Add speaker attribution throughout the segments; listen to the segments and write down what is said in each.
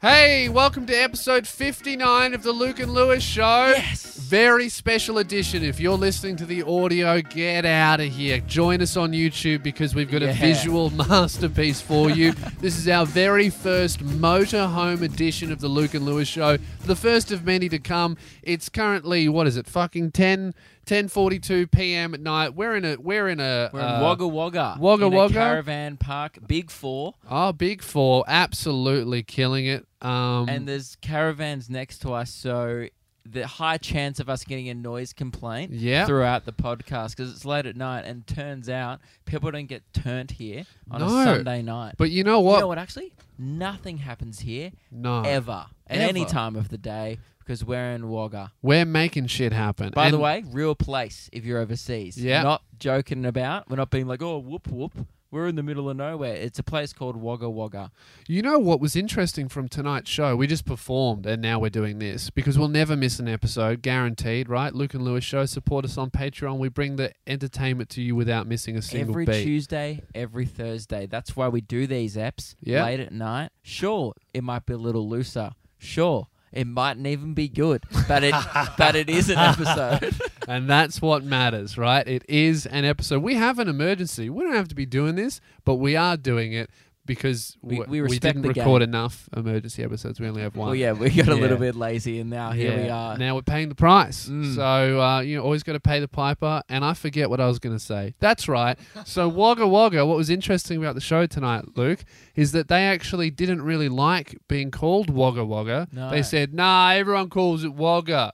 Speaker 1: Hey, welcome to episode 59 of the Luke and Lewis show.
Speaker 2: Yes.
Speaker 1: Very special edition. If you're listening to the audio, get out of here. Join us on YouTube because we've got a
Speaker 2: Yeah.
Speaker 1: visual masterpiece for you. this is our very first motorhome edition of the Luke and Lewis show. The first of many to come. It's currently what is it? Fucking 10 10:42 p.m. at night. We're in a we're in a
Speaker 2: We're
Speaker 1: uh,
Speaker 2: in Wagga Wagga.
Speaker 1: Wagga
Speaker 2: in a
Speaker 1: Wagga?
Speaker 2: Caravan Park, Big Four.
Speaker 1: Oh, Big 4 absolutely killing it. Um
Speaker 2: And there's caravans next to us, so the high chance of us getting a noise complaint
Speaker 1: Yeah.
Speaker 2: throughout the podcast because it's late at night and turns out people don't get turned here on
Speaker 1: No.
Speaker 2: a Sunday night.
Speaker 1: but you know what?
Speaker 2: You know what, actually? Nothing happens here
Speaker 1: no.
Speaker 2: ever at any
Speaker 1: Ever.
Speaker 2: time of the day because we're in Wagga.
Speaker 1: We're making shit happen.
Speaker 2: By the
Speaker 1: And-
Speaker 2: way, real place if you're overseas.
Speaker 1: Yeah.
Speaker 2: Not joking about. We're not being like, oh, whoop, whoop. We're in the middle of nowhere. It's a place called Wagga Wagga.
Speaker 1: you know what was interesting from tonight's show? We just performed and now we're doing this because we'll never miss an episode, guaranteed, right? Luke and Lewis show. Support us on Patreon. We bring the entertainment to you without missing a single
Speaker 2: every
Speaker 1: beat.
Speaker 2: Tuesday, every Thursday. That's why we do these apps
Speaker 1: Yeah.
Speaker 2: late at night. Sure, it might be a little looser. Sure, it mightn't even be good. But it but it is an episode.
Speaker 1: and that's what matters, right? It is an episode. We have an emergency. We don't have to be doing this, but we are doing it because
Speaker 2: We-
Speaker 1: w-
Speaker 2: we respect
Speaker 1: didn't
Speaker 2: the game.
Speaker 1: record enough emergency episodes. We only have one.
Speaker 2: well, yeah, we got a
Speaker 1: Yeah.
Speaker 2: little bit lazy, and now Oh, here we
Speaker 1: Yeah,
Speaker 2: are.
Speaker 1: Now we're paying the price.
Speaker 2: Mm.
Speaker 1: So uh, you know, always got to pay the piper. And I forget what I was going to say. That's right. So Wagga Wagga. What was interesting about the show tonight, Luke, is that they actually didn't really like being called Wagga Wagga.
Speaker 2: No.
Speaker 1: They said, "Nah, everyone calls it Wagga."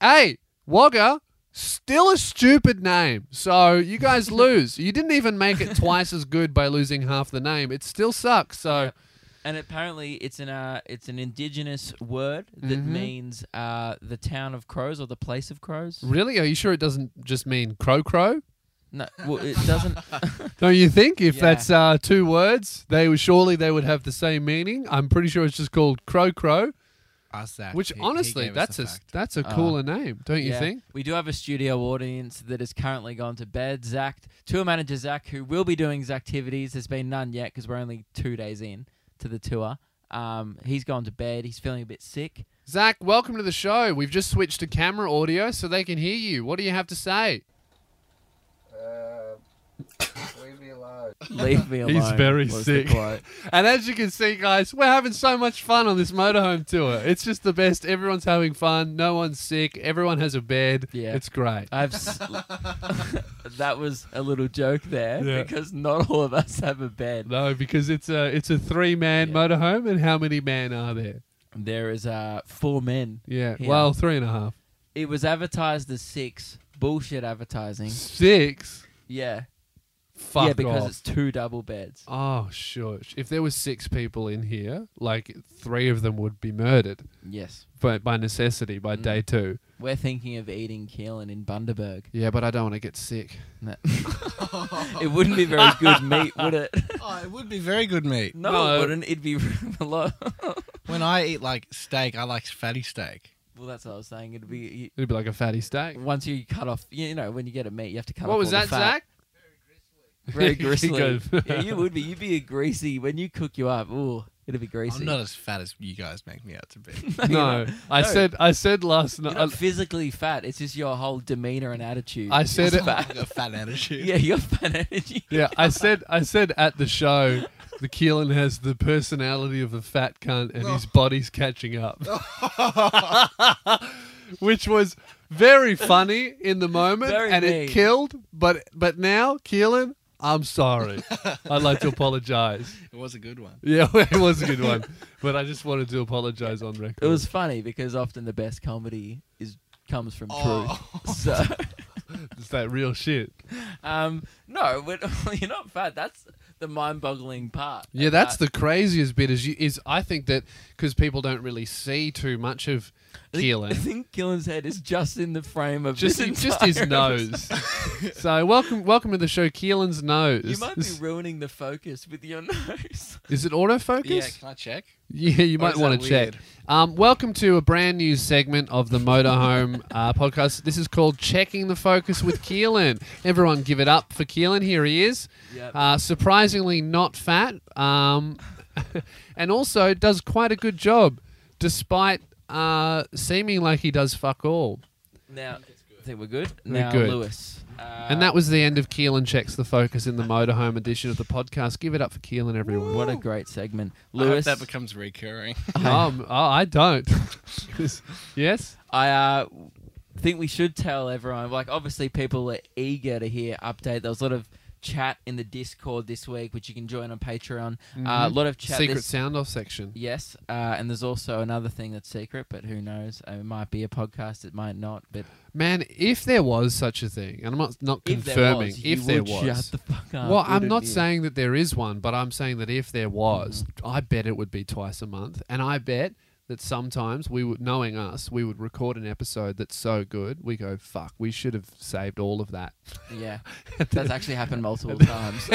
Speaker 1: Hey, Wagga. Still a stupid name. So you guys lose. You didn't even make it twice as good by losing half the name. It still sucks. So
Speaker 2: And apparently, it's an uh, it's an indigenous word that
Speaker 1: Mhm.
Speaker 2: means uh, the town of crows or the place of crows.
Speaker 1: really, are you sure it doesn't just mean crow crow?
Speaker 2: No, well, it doesn't.
Speaker 1: Don't you think? If
Speaker 2: Yeah.
Speaker 1: that's uh, two words, they would surely they would have the same meaning. I'm pretty sure it's just called crow crow,
Speaker 3: us that.
Speaker 1: which
Speaker 3: He- he
Speaker 1: honestly
Speaker 3: gave us
Speaker 1: that's
Speaker 3: the
Speaker 1: a
Speaker 3: fact.
Speaker 1: that's a
Speaker 2: Uh,
Speaker 1: cooler name, don't you
Speaker 2: Yeah.
Speaker 1: think?
Speaker 2: We do have a studio audience that has currently gone to bed. Zach, tour manager Zach, who will be doing activities. There's been none yet because we're only two days in to the tour. Um, he's gone to bed. He's feeling a bit sick.
Speaker 1: Zach, welcome to the show. We've just switched to camera audio so they can hear you. What do you have to say?
Speaker 4: Uh, leave me alone.
Speaker 2: Leave me alone.
Speaker 1: He's very
Speaker 2: was the
Speaker 1: sick.
Speaker 2: quote.
Speaker 1: And as you can see, guys, we're having so much fun on this motorhome tour. It's just the best. Everyone's having fun. No one's sick. Everyone has a bed.
Speaker 2: Yeah.
Speaker 1: It's great.
Speaker 2: I've s- that was a little joke there
Speaker 1: Yeah.
Speaker 2: because not all of us have a bed.
Speaker 1: No, because it's a it's a three man
Speaker 2: Yeah.
Speaker 1: motorhome, and how many men are there?
Speaker 2: There is uh, four men.
Speaker 1: Yeah,
Speaker 2: Yeah.
Speaker 1: well, three and a half,
Speaker 2: It was advertised as six. Bullshit advertising.
Speaker 1: six.
Speaker 2: Yeah.
Speaker 1: Fuck
Speaker 2: yeah, because
Speaker 1: off.
Speaker 2: it's two double beds.
Speaker 1: Oh, shush. If there was six people in here, like three of them would be murdered
Speaker 2: Yes.
Speaker 1: by, by necessity by
Speaker 2: Mm.
Speaker 1: day two.
Speaker 2: We're thinking of eating Keelan in Bundaberg.
Speaker 1: Yeah, but I don't want to get sick.
Speaker 2: No. it wouldn't be very good meat, would it?
Speaker 3: Oh, it would be very good meat.
Speaker 2: No,
Speaker 1: No.
Speaker 2: it wouldn't. It'd be a lot.
Speaker 3: When I eat like steak, I like fatty steak.
Speaker 2: well, that's what I was saying. It'd be
Speaker 1: It'd be like a fatty steak.
Speaker 2: you, once you cut off. You know, when you get a meat, you have to cut off.
Speaker 1: What was
Speaker 2: all the
Speaker 1: that,
Speaker 2: fat.
Speaker 1: Zach?
Speaker 2: Very
Speaker 1: You
Speaker 2: gristly.
Speaker 1: go-
Speaker 2: yeah, you would be. You'd be a greasy when you cook you up. Ooh, it'd be greasy.
Speaker 3: I'm not as fat as you guys make me out to be.
Speaker 2: you're
Speaker 1: No,
Speaker 2: not.
Speaker 1: I
Speaker 2: No.
Speaker 1: said I said last
Speaker 2: You're
Speaker 1: night.
Speaker 2: not physically fat. It's just your whole demeanor and attitude.
Speaker 1: I said it.
Speaker 3: I've got fat attitude.
Speaker 2: yeah, your fat energy.
Speaker 1: Yeah, I said I said at the show. The Keelan has the personality of a fat cunt and his body's catching up. Which was very funny in the moment
Speaker 2: Very
Speaker 1: and it
Speaker 2: mean.
Speaker 1: killed, but but now, Keelan, I'm sorry. I'd like to apologize.
Speaker 3: It was a good one.
Speaker 1: Yeah, it was a good one. But I just wanted to apologize on record.
Speaker 2: It was funny because often the best comedy is comes from
Speaker 3: Oh.
Speaker 2: truth. So.
Speaker 1: it's that real shit.
Speaker 2: Um, no, we're, you're not fat. That's the mind-boggling part.
Speaker 1: Yeah, that's the craziest bit is you, is I think that cuz people don't really see too much of
Speaker 2: I
Speaker 1: Keelan.
Speaker 2: think Keelan's head is just in the frame of
Speaker 1: just
Speaker 2: this
Speaker 1: just his
Speaker 2: entire episode.
Speaker 1: nose. so welcome welcome to the show, Keelan's nose.
Speaker 2: You might be
Speaker 1: Is-
Speaker 2: ruining the focus with your nose.
Speaker 1: Is it autofocus?
Speaker 3: Yeah, can I check?
Speaker 1: Yeah, you
Speaker 3: Or
Speaker 1: might
Speaker 3: is
Speaker 1: want
Speaker 3: that
Speaker 1: to check.
Speaker 3: weird?
Speaker 1: Um, welcome to a brand new segment of the Motorhome uh, podcast. This is called Checking the Focus with Keelan. Everyone, give it up for Keelan. Here he is.
Speaker 2: Yep.
Speaker 1: Uh, surprisingly, not fat. Um, and also does quite a good job, despite uh, seeming like he does fuck all.
Speaker 2: Now, I think we're good.
Speaker 1: We're
Speaker 2: now,
Speaker 1: good.
Speaker 2: Lewis. Uh,
Speaker 1: And that was the end of Keelan Checks the Focus in the Motorhome edition of the podcast. Give it up for Keelan, everyone.
Speaker 2: Uh, What a great segment,
Speaker 3: Lewis.
Speaker 2: Lewis.
Speaker 3: that becomes recurring.
Speaker 1: Um, oh, I don't. yes?
Speaker 2: I uh, think we should tell everyone. Like, obviously, people are eager to hear update. There was a lot of chat in the Discord this week, which you can join on Patreon. Uh, a
Speaker 1: Mhm.
Speaker 2: lot of chat.
Speaker 1: Secret
Speaker 2: this-
Speaker 1: sound off section.
Speaker 2: Yes, uh, and there's also another thing that's secret, but who knows? It might be a podcast, it might not. But
Speaker 1: Man, if there was such a thing, and I'm not, not
Speaker 2: if there
Speaker 1: confirming,
Speaker 2: was, you
Speaker 1: if there
Speaker 2: would
Speaker 1: was.
Speaker 2: shut the fuck up.
Speaker 1: well, I'm
Speaker 2: wouldn't
Speaker 1: not
Speaker 2: you? Mm-hmm.
Speaker 1: saying that there is one, but I'm saying that if there was, I bet it would be twice a month. And I bet that sometimes we would, knowing us, we would record an episode that's so good, we go, fuck, we should have saved all of that.
Speaker 2: Yeah, that's actually happened multiple times.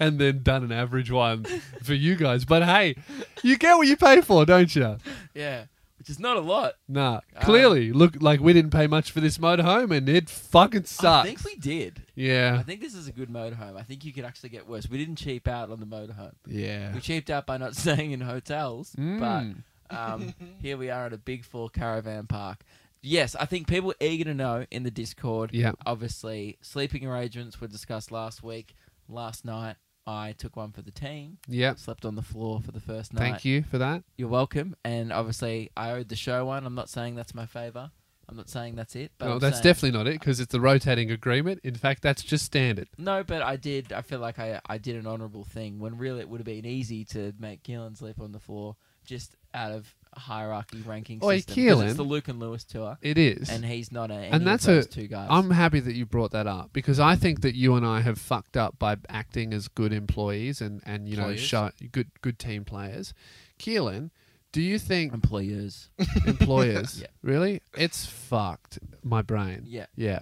Speaker 1: and then done an average one for you guys. But hey, you get what you pay for, don't you?
Speaker 2: yeah, which is not a lot.
Speaker 1: Nah,
Speaker 2: Um,
Speaker 1: clearly, look like we didn't pay much for this motorhome, and it fucking
Speaker 2: I
Speaker 1: sucks.
Speaker 2: think we did. I
Speaker 1: yeah,
Speaker 2: think this is a good motorhome. I think you could actually get worse. We didn't cheap out on the motorhome.
Speaker 1: yeah.
Speaker 2: We cheaped out by not staying in hotels,
Speaker 1: Mm.
Speaker 2: but um, here we are at a big four caravan park. Yes, I think people are eager to know in the Discord.
Speaker 1: Yeah.
Speaker 2: Obviously, sleeping arrangements were discussed last week. Last night, I took one for the team.
Speaker 1: yeah.
Speaker 2: Slept on the floor for the first night.
Speaker 1: Thank you for that.
Speaker 2: You're welcome. And obviously, I owed the show one. I'm not saying that's my favour. I'm not saying that's it. But
Speaker 1: Well,
Speaker 2: I'm
Speaker 1: that's
Speaker 2: saying-
Speaker 1: definitely not it because it's the rotating agreement. In fact, that's just standard.
Speaker 2: No, but I did. I feel like I, I did an honourable thing when really it would have been easy to make Keelan sleep on the floor just out of hierarchy ranking
Speaker 1: Oi,
Speaker 2: system. 'cause
Speaker 1: Keelan.
Speaker 2: It's the Luke and Lewis tour,
Speaker 1: It is.
Speaker 2: and he's not a.
Speaker 1: And
Speaker 2: And
Speaker 1: that's
Speaker 2: that's
Speaker 1: a-
Speaker 2: those two guys.
Speaker 1: I'm happy that you brought that up because I think that you and I have fucked up by acting as good employees and and you know
Speaker 3: Players.
Speaker 1: show, good good team players. Keelan, do you think
Speaker 2: employers.
Speaker 1: employers
Speaker 2: Yeah.
Speaker 1: really? It's fucked my brain.
Speaker 2: Yeah.
Speaker 1: Yeah.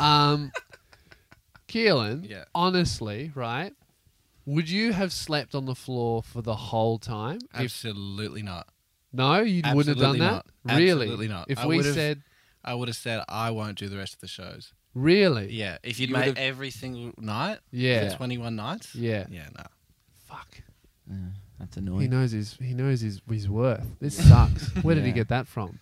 Speaker 1: Um, Keelan,
Speaker 3: Yeah.
Speaker 1: honestly, right? Would you have slept on the floor for the whole time? If
Speaker 3: Absolutely not.
Speaker 1: no, you wouldn't have done
Speaker 3: Absolutely
Speaker 1: that.
Speaker 3: not.
Speaker 1: Really?
Speaker 3: Absolutely not.
Speaker 1: If
Speaker 3: I
Speaker 1: we
Speaker 3: would've-
Speaker 1: said
Speaker 3: I would have said I won't do the rest of the shows.
Speaker 1: really,
Speaker 3: Yeah, if you'd
Speaker 2: You
Speaker 3: made
Speaker 2: would've-
Speaker 3: every single night
Speaker 1: yeah,
Speaker 3: for 21 nights.
Speaker 1: Yeah.
Speaker 3: Yeah, no.
Speaker 1: fuck.
Speaker 2: Yeah, that's
Speaker 1: He
Speaker 2: annoying.
Speaker 1: knows his he knows his his worth. This sucks. Where did he
Speaker 2: Yeah.
Speaker 1: get that from?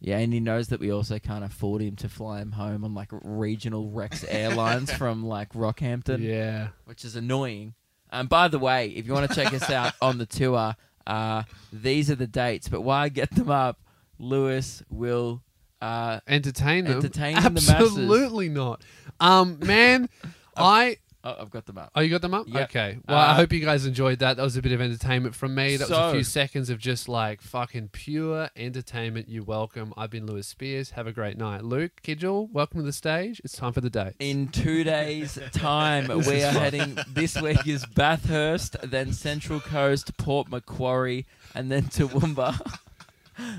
Speaker 2: yeah, and he knows that we also can't afford him to fly him home on like regional Rex Airlines from like Rockhampton.
Speaker 1: yeah.
Speaker 2: which is annoying. And by the way, if you want to check us out on the tour, uh, these are the dates. But while I get them up, Lewis will. Uh,
Speaker 1: Entertain them.
Speaker 2: Entertain the masses.
Speaker 1: Absolutely not. Um man, I
Speaker 2: oh, I've got them up.
Speaker 1: Oh, you got them up?
Speaker 2: Yep.
Speaker 1: Okay. Well, I
Speaker 2: Uh,
Speaker 1: hope you guys enjoyed that. That was a bit of entertainment from me. That was a
Speaker 2: So-
Speaker 1: few seconds of just like fucking pure entertainment. You're welcome. I've been Lewis Spears. Have a great night. Luke Kidgel, welcome to the stage. It's time for the date.
Speaker 2: In two days' time,
Speaker 1: This
Speaker 2: we
Speaker 1: is
Speaker 2: are
Speaker 1: fun.
Speaker 2: heading. This week is Bathurst, then Central Coast, Port Macquarie, and then Toowoomba.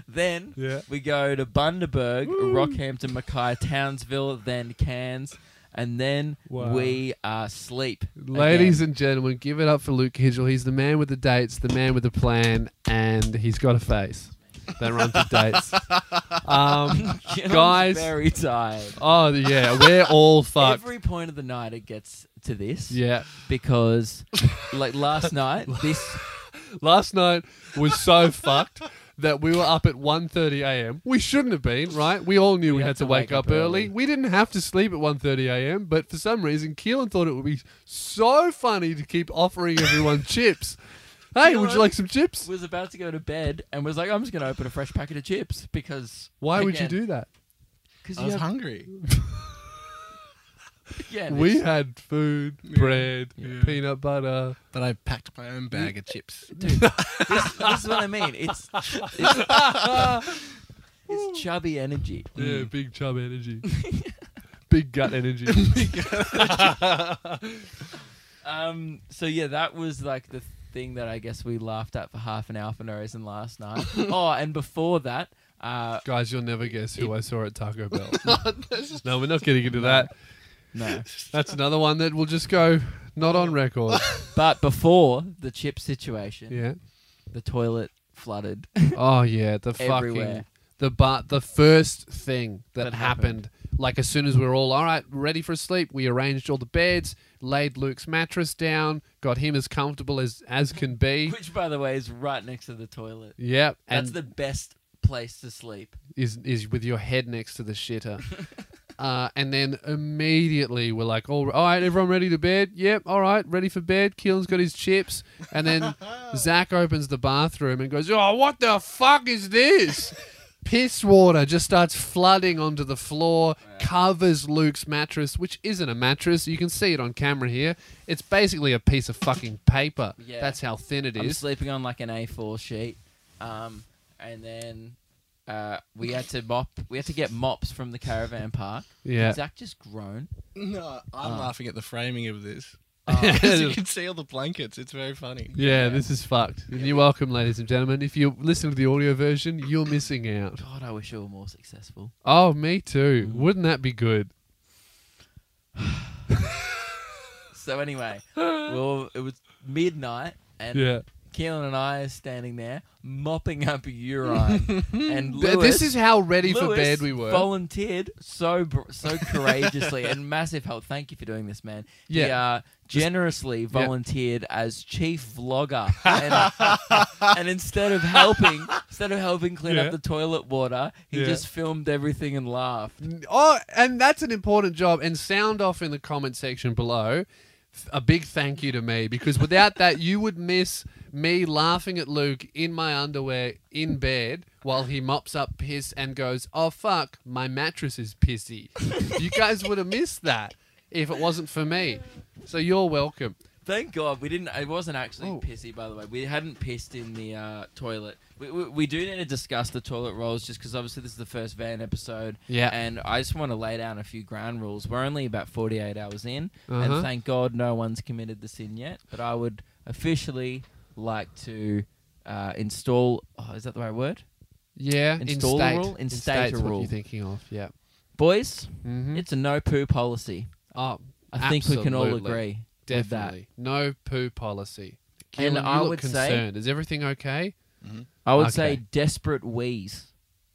Speaker 2: then
Speaker 1: Yeah.
Speaker 2: we go to Bundaberg, Rockhampton, Mackay, Townsville, then Cairns, and then
Speaker 1: Wow.
Speaker 2: we are sleep.
Speaker 1: Ladies
Speaker 2: again.
Speaker 1: and gentlemen, give it up for Luke Kidgel. He's the man with the dates, the man with the plan, and he's got a face that runs with dates. Um,
Speaker 2: Jim's
Speaker 1: Guys.
Speaker 2: very tired.
Speaker 1: oh, yeah. We're all fucked.
Speaker 2: Every point of the night it gets to this
Speaker 1: yeah.
Speaker 2: because, like last night, this
Speaker 1: Last night was so fucked that we were up at 1.30 a.m. We shouldn't have been, right? We all knew we, had to wake, up, early. We didn't have to sleep at 1.30 a.m., but for some reason, Keelan thought it would be so funny to keep offering everyone chips. Hey,
Speaker 2: You know
Speaker 1: would you
Speaker 2: what?
Speaker 1: like some chips?
Speaker 2: was about to go to bed and was like, "I'm just gonna open a fresh packet of chips because
Speaker 1: Why would you do that?
Speaker 2: Because
Speaker 3: I was hungry.
Speaker 1: We had food, bread,
Speaker 2: Yeah.
Speaker 1: peanut butter.
Speaker 3: But I packed my own bag of chips.
Speaker 2: this, this is what I mean. It's it's, it's chubby energy.
Speaker 1: Yeah, big chub energy. big gut energy.
Speaker 2: Um. So yeah, that was like the thing that I guess we laughed at for half an hour for no reason last night. oh, and before that, uh,
Speaker 1: Guys, you'll never guess who I saw at Taco Bell. no, we're not getting into that.
Speaker 2: no.
Speaker 1: That's another one that will just go not on record.
Speaker 2: But before the chip situation,
Speaker 1: Yeah.
Speaker 2: the toilet flooded.
Speaker 1: Oh yeah, the
Speaker 2: Everywhere.
Speaker 1: fucking the but the first thing that,
Speaker 2: That
Speaker 1: happened,
Speaker 2: happened.
Speaker 1: like as soon as we were all all right, ready for sleep, we arranged all the beds, laid Luke's mattress down, got him as comfortable as as can be.
Speaker 2: Which, by the way, is right next to the toilet.
Speaker 1: Yep, and
Speaker 2: That's the best place to sleep.
Speaker 1: is is with your head next to the shitter. Uh, and then immediately we're like, all, all right, everyone ready to bed? Yep, all right, ready for bed. Keelan's got his chips. And then Zach opens the bathroom and goes, oh, what the fuck is this? Piss water just starts flooding onto the floor, covers Luke's mattress, which isn't a mattress. You can see it on camera here. It's basically a piece of fucking paper.
Speaker 2: Yeah.
Speaker 1: That's how thin it
Speaker 2: I'm
Speaker 1: is.
Speaker 2: sleeping on like an A4 sheet, um, and then uh, we had to mop. We had to get mops from the caravan park.
Speaker 1: Yeah.
Speaker 2: Zach just groaned.
Speaker 3: No, I'm
Speaker 2: Ah.
Speaker 3: laughing at the framing of this.
Speaker 2: Oh,
Speaker 3: Because you can see all the blankets. It's very funny.
Speaker 1: Yeah,
Speaker 2: Yeah.
Speaker 1: this is fucked. And you're welcome, ladies and gentlemen. If you listen to the audio version, you're missing out.
Speaker 2: God, I wish I were more successful.
Speaker 1: Oh, me too.
Speaker 2: Mm.
Speaker 1: Wouldn't that be good?
Speaker 2: So anyway, well, it was midnight, and
Speaker 1: Yeah.
Speaker 2: Keelan and I are standing there mopping up urine,
Speaker 1: Th-
Speaker 2: and Lewis,
Speaker 1: this is how ready for
Speaker 2: Lewis
Speaker 1: bed we were.
Speaker 2: Volunteered so br- so courageously and massive help. Thank you for doing this, man. He
Speaker 1: Yeah.
Speaker 2: uh, generously volunteered as chief vlogger, and, and instead of helping, instead of helping clean
Speaker 1: Yeah.
Speaker 2: up the toilet water, he
Speaker 1: Yeah.
Speaker 2: just filmed everything and laughed.
Speaker 1: oh, and that's an important job. And sound off in the comment section below. Th- A big thank you to me because without that, you would miss me laughing at Luke in my underwear in bed while he mops up piss and goes, "Oh fuck, my mattress is pissy." you guys would have missed that if it wasn't for me. So you're welcome.
Speaker 2: Thank God we didn't. It wasn't actually
Speaker 1: Oh.
Speaker 2: pissy, by the way. We hadn't pissed in the uh, toilet. We, we, we do need to discuss the toilet rolls just because obviously this is the first van episode.
Speaker 1: Yeah.
Speaker 2: And I just want to lay down a few ground rules. We're only about 48 hours in,
Speaker 1: Uh-huh.
Speaker 2: and thank God no one's committed the sin yet. But I would officially like to uh, install. Oh, is that the right word?
Speaker 1: Yeah,
Speaker 2: Install a
Speaker 1: instate.
Speaker 2: rule? Instate
Speaker 1: Instate's
Speaker 2: a
Speaker 1: What
Speaker 2: rule.
Speaker 1: you're thinking of? Yeah.
Speaker 2: Boys,
Speaker 1: Mm-hmm.
Speaker 2: it's a no poo policy.
Speaker 1: Oh,
Speaker 2: I think we can all
Speaker 1: Absolutely.
Speaker 2: agree. with that.
Speaker 1: definitely no poo policy.
Speaker 2: And
Speaker 1: Keelan, you
Speaker 2: I
Speaker 1: look
Speaker 2: would say-
Speaker 1: concerned. Is everything okay?
Speaker 2: I would
Speaker 1: Okay.
Speaker 2: say desperate wheeze.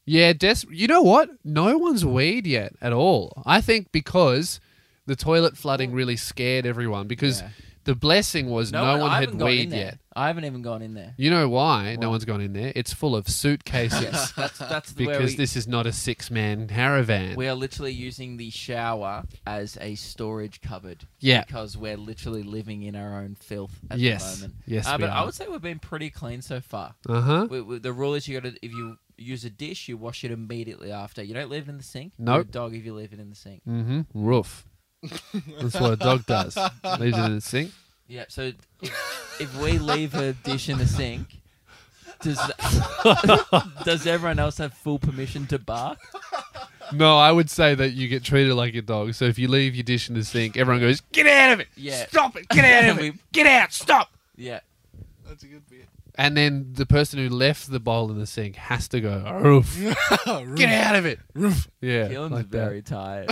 Speaker 1: Yeah, des- you know what? No one's weed yet at all. I think because the toilet flooding really scared everyone because
Speaker 2: Yeah.
Speaker 1: the blessing was no,
Speaker 2: I
Speaker 1: one
Speaker 2: haven't
Speaker 1: had
Speaker 2: gone in
Speaker 1: weed
Speaker 2: there.
Speaker 1: yet.
Speaker 2: I haven't even gone in there.
Speaker 1: You know why
Speaker 2: Why?
Speaker 1: no one's gone in there? It's full of suitcases
Speaker 2: Yes, that's that's the where
Speaker 1: because
Speaker 2: we,
Speaker 1: this is not a six man caravan.
Speaker 2: we are literally using the shower as a storage cupboard.
Speaker 1: Yeah.
Speaker 2: because we're literally living in our own filth at
Speaker 1: Yes.
Speaker 2: the moment.
Speaker 1: Yes,
Speaker 2: uh,
Speaker 1: we
Speaker 2: but I
Speaker 1: are.
Speaker 2: would say we've been pretty clean so far.
Speaker 1: Uh huh.
Speaker 2: We, we, the rule is you got to if you use a dish, you wash it immediately after. You don't leave it in the sink.
Speaker 1: Nope.
Speaker 2: You're a dog if you leave it in the sink.
Speaker 1: Mm hmm. Roof. That's what a dog does. Leaves it in the sink.
Speaker 2: Yeah. So if, if we leave a dish in the sink. Does, does everyone else have full permission to bark?
Speaker 1: No, I would say that you get treated like a dog. So if you leave your dish in the sink, everyone goes, "Get out of it!
Speaker 2: Yeah.
Speaker 1: Stop it! Get out of
Speaker 2: We-
Speaker 1: it! Get out! Stop!"
Speaker 2: Yeah.
Speaker 3: That's a good bit.
Speaker 1: And then the person who left the bowl in the sink has to go, "Oof! Get out of it!"
Speaker 3: Roof.
Speaker 1: Yeah,
Speaker 2: Keelan's
Speaker 1: like that.
Speaker 2: very tired.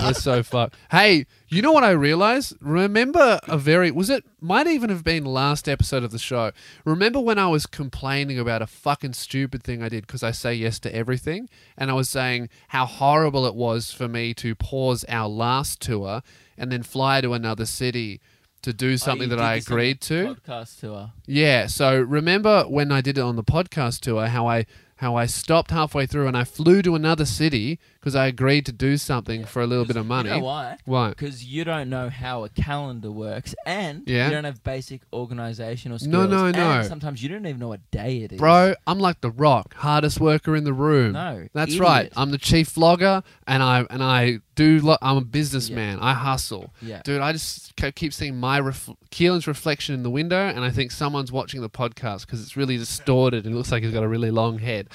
Speaker 1: We're so fucked. Hey, you know what I realized? Remember a very was it might even have been last episode of the show. Remember when I was complaining about a fucking stupid thing I did because I say yes to everything, and I was saying how horrible it was for me to pause our last tour and then fly to another city to do something
Speaker 2: Oh,
Speaker 1: that
Speaker 2: you did
Speaker 1: I
Speaker 2: this on the
Speaker 1: agreed to.
Speaker 2: Podcast tour.
Speaker 1: Yeah. So remember when I did it on the podcast tour, how I how I stopped halfway through and I flew to another city because I agreed to do something for a little bit of money.
Speaker 2: You know why?
Speaker 1: Why?
Speaker 2: Because you don't know how a calendar works, and
Speaker 1: Yeah.
Speaker 2: you don't have basic organizational skills.
Speaker 1: No, no,
Speaker 2: and
Speaker 1: no.
Speaker 2: Sometimes you don't even know what day it is,
Speaker 1: Bro, I'm like the rock, hardest worker in the room.
Speaker 2: No,
Speaker 1: That's
Speaker 2: idiot.
Speaker 1: right. I'm the chief vlogger and I and I do lo- I'm a businessman. I hustle.
Speaker 2: Yeah.
Speaker 1: Dude, I just ke- keep seeing my ref- Keelan's reflection in the window and I think someone's watching the podcast cuz it's really distorted and it looks like he's got a really long head.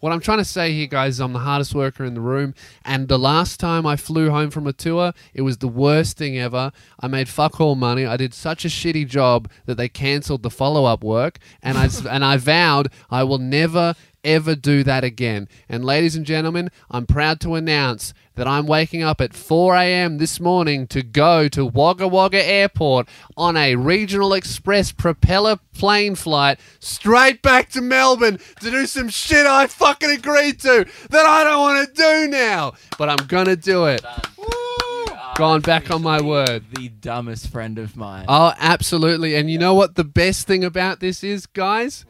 Speaker 1: What I'm trying to say here guys is I'm the hardest worker in the room and the last time I flew home from a tour, it was the worst thing ever. I made fuck all money. I did such a shitty job that they cancelled the follow-up work and I s- and I vowed I will never ever do that again. And ladies and gentlemen, I'm proud to announce that I'm waking up at 4 a.m. this morning to go to Wagga Wagga Airport on a regional express propeller plane flight straight back to Melbourne to do some shit I fucking agreed to that I don't want to do now. But I'm going to do it. Gone back on my word.
Speaker 2: The dumbest friend of mine.
Speaker 1: Oh, absolutely. And you know what the best thing about this is, guys?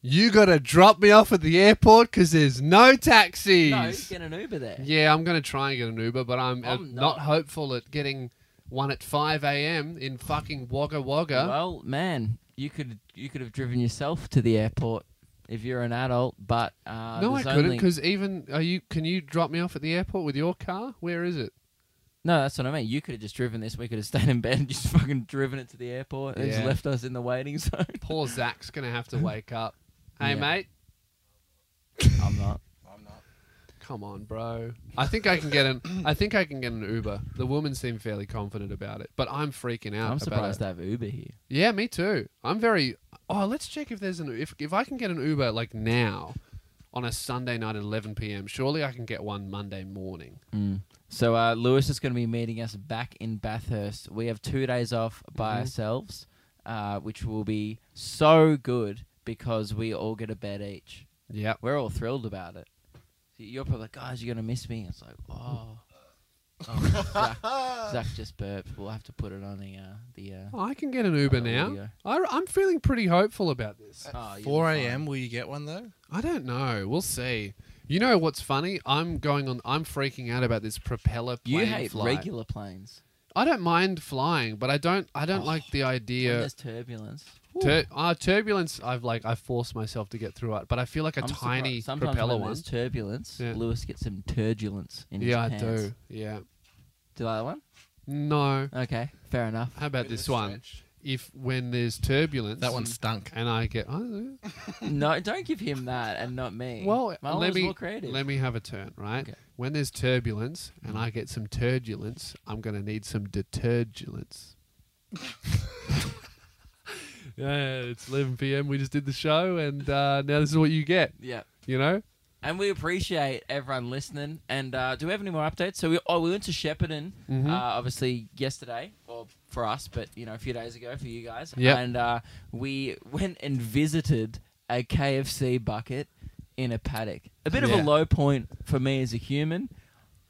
Speaker 1: You got to drop me off at the airport because there's no taxis.
Speaker 2: no, get an Uber there.
Speaker 1: Yeah, I'm going to try and get an Uber, but I'm, uh,
Speaker 2: I'm
Speaker 1: not.
Speaker 2: not.
Speaker 1: hopeful at getting one at 5 a.m. in fucking Wagga Wagga.
Speaker 2: Well, man, you could you could have driven yourself to the airport if you're an adult, but uh,
Speaker 1: no, I
Speaker 2: there's
Speaker 1: couldn't
Speaker 2: only-
Speaker 1: because even are you? Can you drop me off at the airport with your car? Where is it?
Speaker 2: No, that's what I mean. You could have just driven this. We could have stayed in bed and just fucking driven it to the airport and just
Speaker 1: Yeah.
Speaker 2: left us in the waiting zone.
Speaker 1: Poor Zach's going to have to wake up. Hey,
Speaker 2: Yeah.
Speaker 1: mate.
Speaker 2: I'm not.
Speaker 4: I'm not.
Speaker 1: Come on, bro. I think I can get an. I think I can get an Uber. The woman seemed fairly confident about it, but I'm freaking out.
Speaker 2: I'm
Speaker 1: about it.
Speaker 2: surprised to have Uber here.
Speaker 1: Yeah, me too. I'm very. Oh, let's check if there's an if if I can get an Uber like now, on a Sunday night at 11 p.m. Surely I can get one Monday morning.
Speaker 2: So uh, Lewis is going to be meeting us back in Bathurst. We have two days off by
Speaker 1: Mhm.
Speaker 2: ourselves, uh, which will be so good because we all get a bed each.
Speaker 1: Yep.
Speaker 2: We're all thrilled about it. You're probably like, guys, you're going to miss me. It's like, oh. oh Zach, Zach just burped. We'll have to put it on the uh, the. Uh,
Speaker 1: I can get an Uber
Speaker 2: Oh, there we
Speaker 1: now.
Speaker 2: go.
Speaker 1: I, I'm feeling pretty hopeful about this.
Speaker 2: Oh, you'll be
Speaker 3: 4
Speaker 2: fine.
Speaker 3: a.m. Will you get one though?
Speaker 1: I don't know. We'll see. You know what's funny? I'm going on. I'm freaking out about this propeller plane
Speaker 2: You hate
Speaker 1: flight.
Speaker 2: regular planes.
Speaker 1: I don't mind flying, but I don't. I don't
Speaker 2: Oh,
Speaker 1: like the
Speaker 2: When
Speaker 1: idea.
Speaker 2: there's turbulence.
Speaker 1: Tur- uh, turbulence. I've like. I forced myself to get through it, but I feel like a
Speaker 2: I'm surprised-
Speaker 1: tiny
Speaker 2: Sometimes
Speaker 1: propeller
Speaker 2: when
Speaker 1: one.
Speaker 2: there's turbulence,
Speaker 1: Yeah.
Speaker 2: Lewis gets some turbulence in
Speaker 1: Yeah, I
Speaker 2: his pants.
Speaker 1: do. Yeah.
Speaker 2: Do you like that one?
Speaker 1: No.
Speaker 2: Okay, fair enough.
Speaker 1: How about
Speaker 3: Bit of
Speaker 1: this
Speaker 3: a
Speaker 1: one?
Speaker 3: stretch.
Speaker 1: If when there's turbulence,
Speaker 3: That one stunk.
Speaker 1: and I get oh,
Speaker 2: no, don't give him that and not me.
Speaker 1: well,
Speaker 2: my one
Speaker 1: let
Speaker 2: was
Speaker 1: me
Speaker 2: more creative.
Speaker 1: let me have a turn, right?
Speaker 2: Okay.
Speaker 1: When there's turbulence and I get some turbulence, I'm gonna need some detergence. yeah, it's 11 p.m. We just did the show, and uh, now this is what you get.
Speaker 2: yeah.
Speaker 1: You know,
Speaker 2: And we appreciate everyone listening. And uh, do we have any more updates? So we oh, we went to Shepparton,
Speaker 1: Mhm.
Speaker 2: uh, obviously yesterday, or for us, but you know a few days ago for you guys.
Speaker 1: Yep.
Speaker 2: And uh, we went and visited a KFC bucket in a paddock. A bit of
Speaker 1: Yeah.
Speaker 2: a low point for me as a human.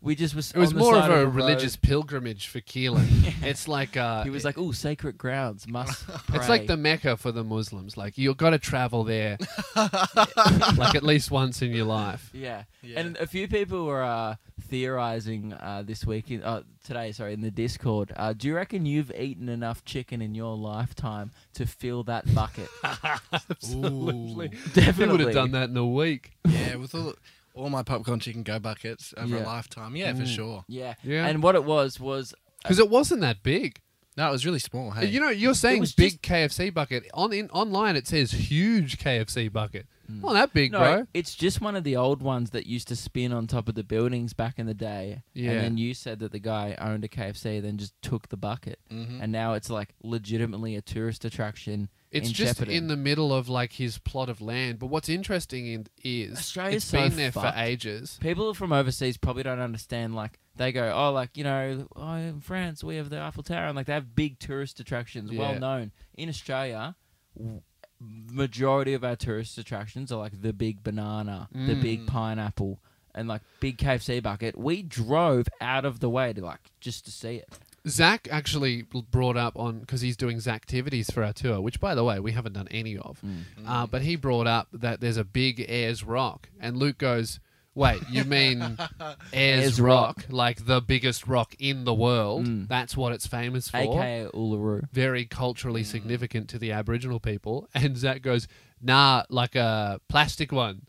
Speaker 2: We just was.
Speaker 1: it was
Speaker 2: on the
Speaker 1: more of
Speaker 2: side
Speaker 1: a
Speaker 2: the road.
Speaker 1: religious pilgrimage for Keelan. It's like uh,
Speaker 2: He was like, "Oh, sacred grounds must."
Speaker 1: It's like the
Speaker 2: pray."
Speaker 1: Mecca for the Muslims. Like you've got to travel there, like at least once in your life.
Speaker 2: Yeah.
Speaker 3: Yeah.
Speaker 2: And a few people were uh, theorizing uh, this week, in, uh, today, sorry, in the Discord. Uh, do you reckon you've eaten enough chicken in your lifetime to fill that bucket?
Speaker 1: Absolutely,
Speaker 2: Definitely.
Speaker 1: he would have done that in a week.
Speaker 3: yeah, with all, all my popcorn chicken go buckets over
Speaker 2: Yeah.
Speaker 3: a lifetime. Yeah, for
Speaker 1: Mm.
Speaker 3: sure.
Speaker 2: Yeah.
Speaker 1: Yeah.
Speaker 2: And what it was was
Speaker 1: Because it wasn't that big.
Speaker 3: No, it was really small. Hey,
Speaker 1: Uh, You know, you're saying
Speaker 2: was
Speaker 1: big KFC bucket on in online. It says huge KFC bucket. Not that big,
Speaker 2: no,
Speaker 1: bro.
Speaker 2: it's just one of the old ones that used to spin on top of the buildings back in the day.
Speaker 1: Yeah.
Speaker 2: And then you said that the guy owned a KFC, then just took the bucket,
Speaker 1: Mm-hmm.
Speaker 3: Mhm.
Speaker 2: and now it's like legitimately a tourist attraction.
Speaker 1: It's
Speaker 2: in
Speaker 1: just
Speaker 2: Shepparton.
Speaker 1: in the middle of like his plot of land. But what's interesting in, is
Speaker 2: Australia's
Speaker 1: it's
Speaker 2: so
Speaker 1: been there
Speaker 2: fucked.
Speaker 1: for ages.
Speaker 2: People from overseas probably don't understand. Like they go, oh, like you know, oh, in France we have the Eiffel Tower, and like they have big tourist attractions, well
Speaker 1: Yeah.
Speaker 2: known. In Australia, w- majority of our tourist attractions are like the big banana, the
Speaker 1: Mm.
Speaker 2: big pineapple, and like big KFC bucket. We drove out of the way to like just to see it.
Speaker 1: Zach actually l- brought up on because he's doing activities for our tour, which by the way we haven't done any of.
Speaker 2: Hmm.
Speaker 1: Uh, but he brought up that there's a big Ayers Rock, and Luke goes, "Wait, you mean Ayers,
Speaker 2: Ayers
Speaker 1: rock,
Speaker 2: Rock.
Speaker 1: like the biggest rock in the world?
Speaker 2: Mm.
Speaker 1: That's what it's famous for.
Speaker 2: AKA Uluru.
Speaker 1: Very
Speaker 2: Mm.
Speaker 1: culturally significant to the Aboriginal people." And Zach goes, "Nah, like a plastic one,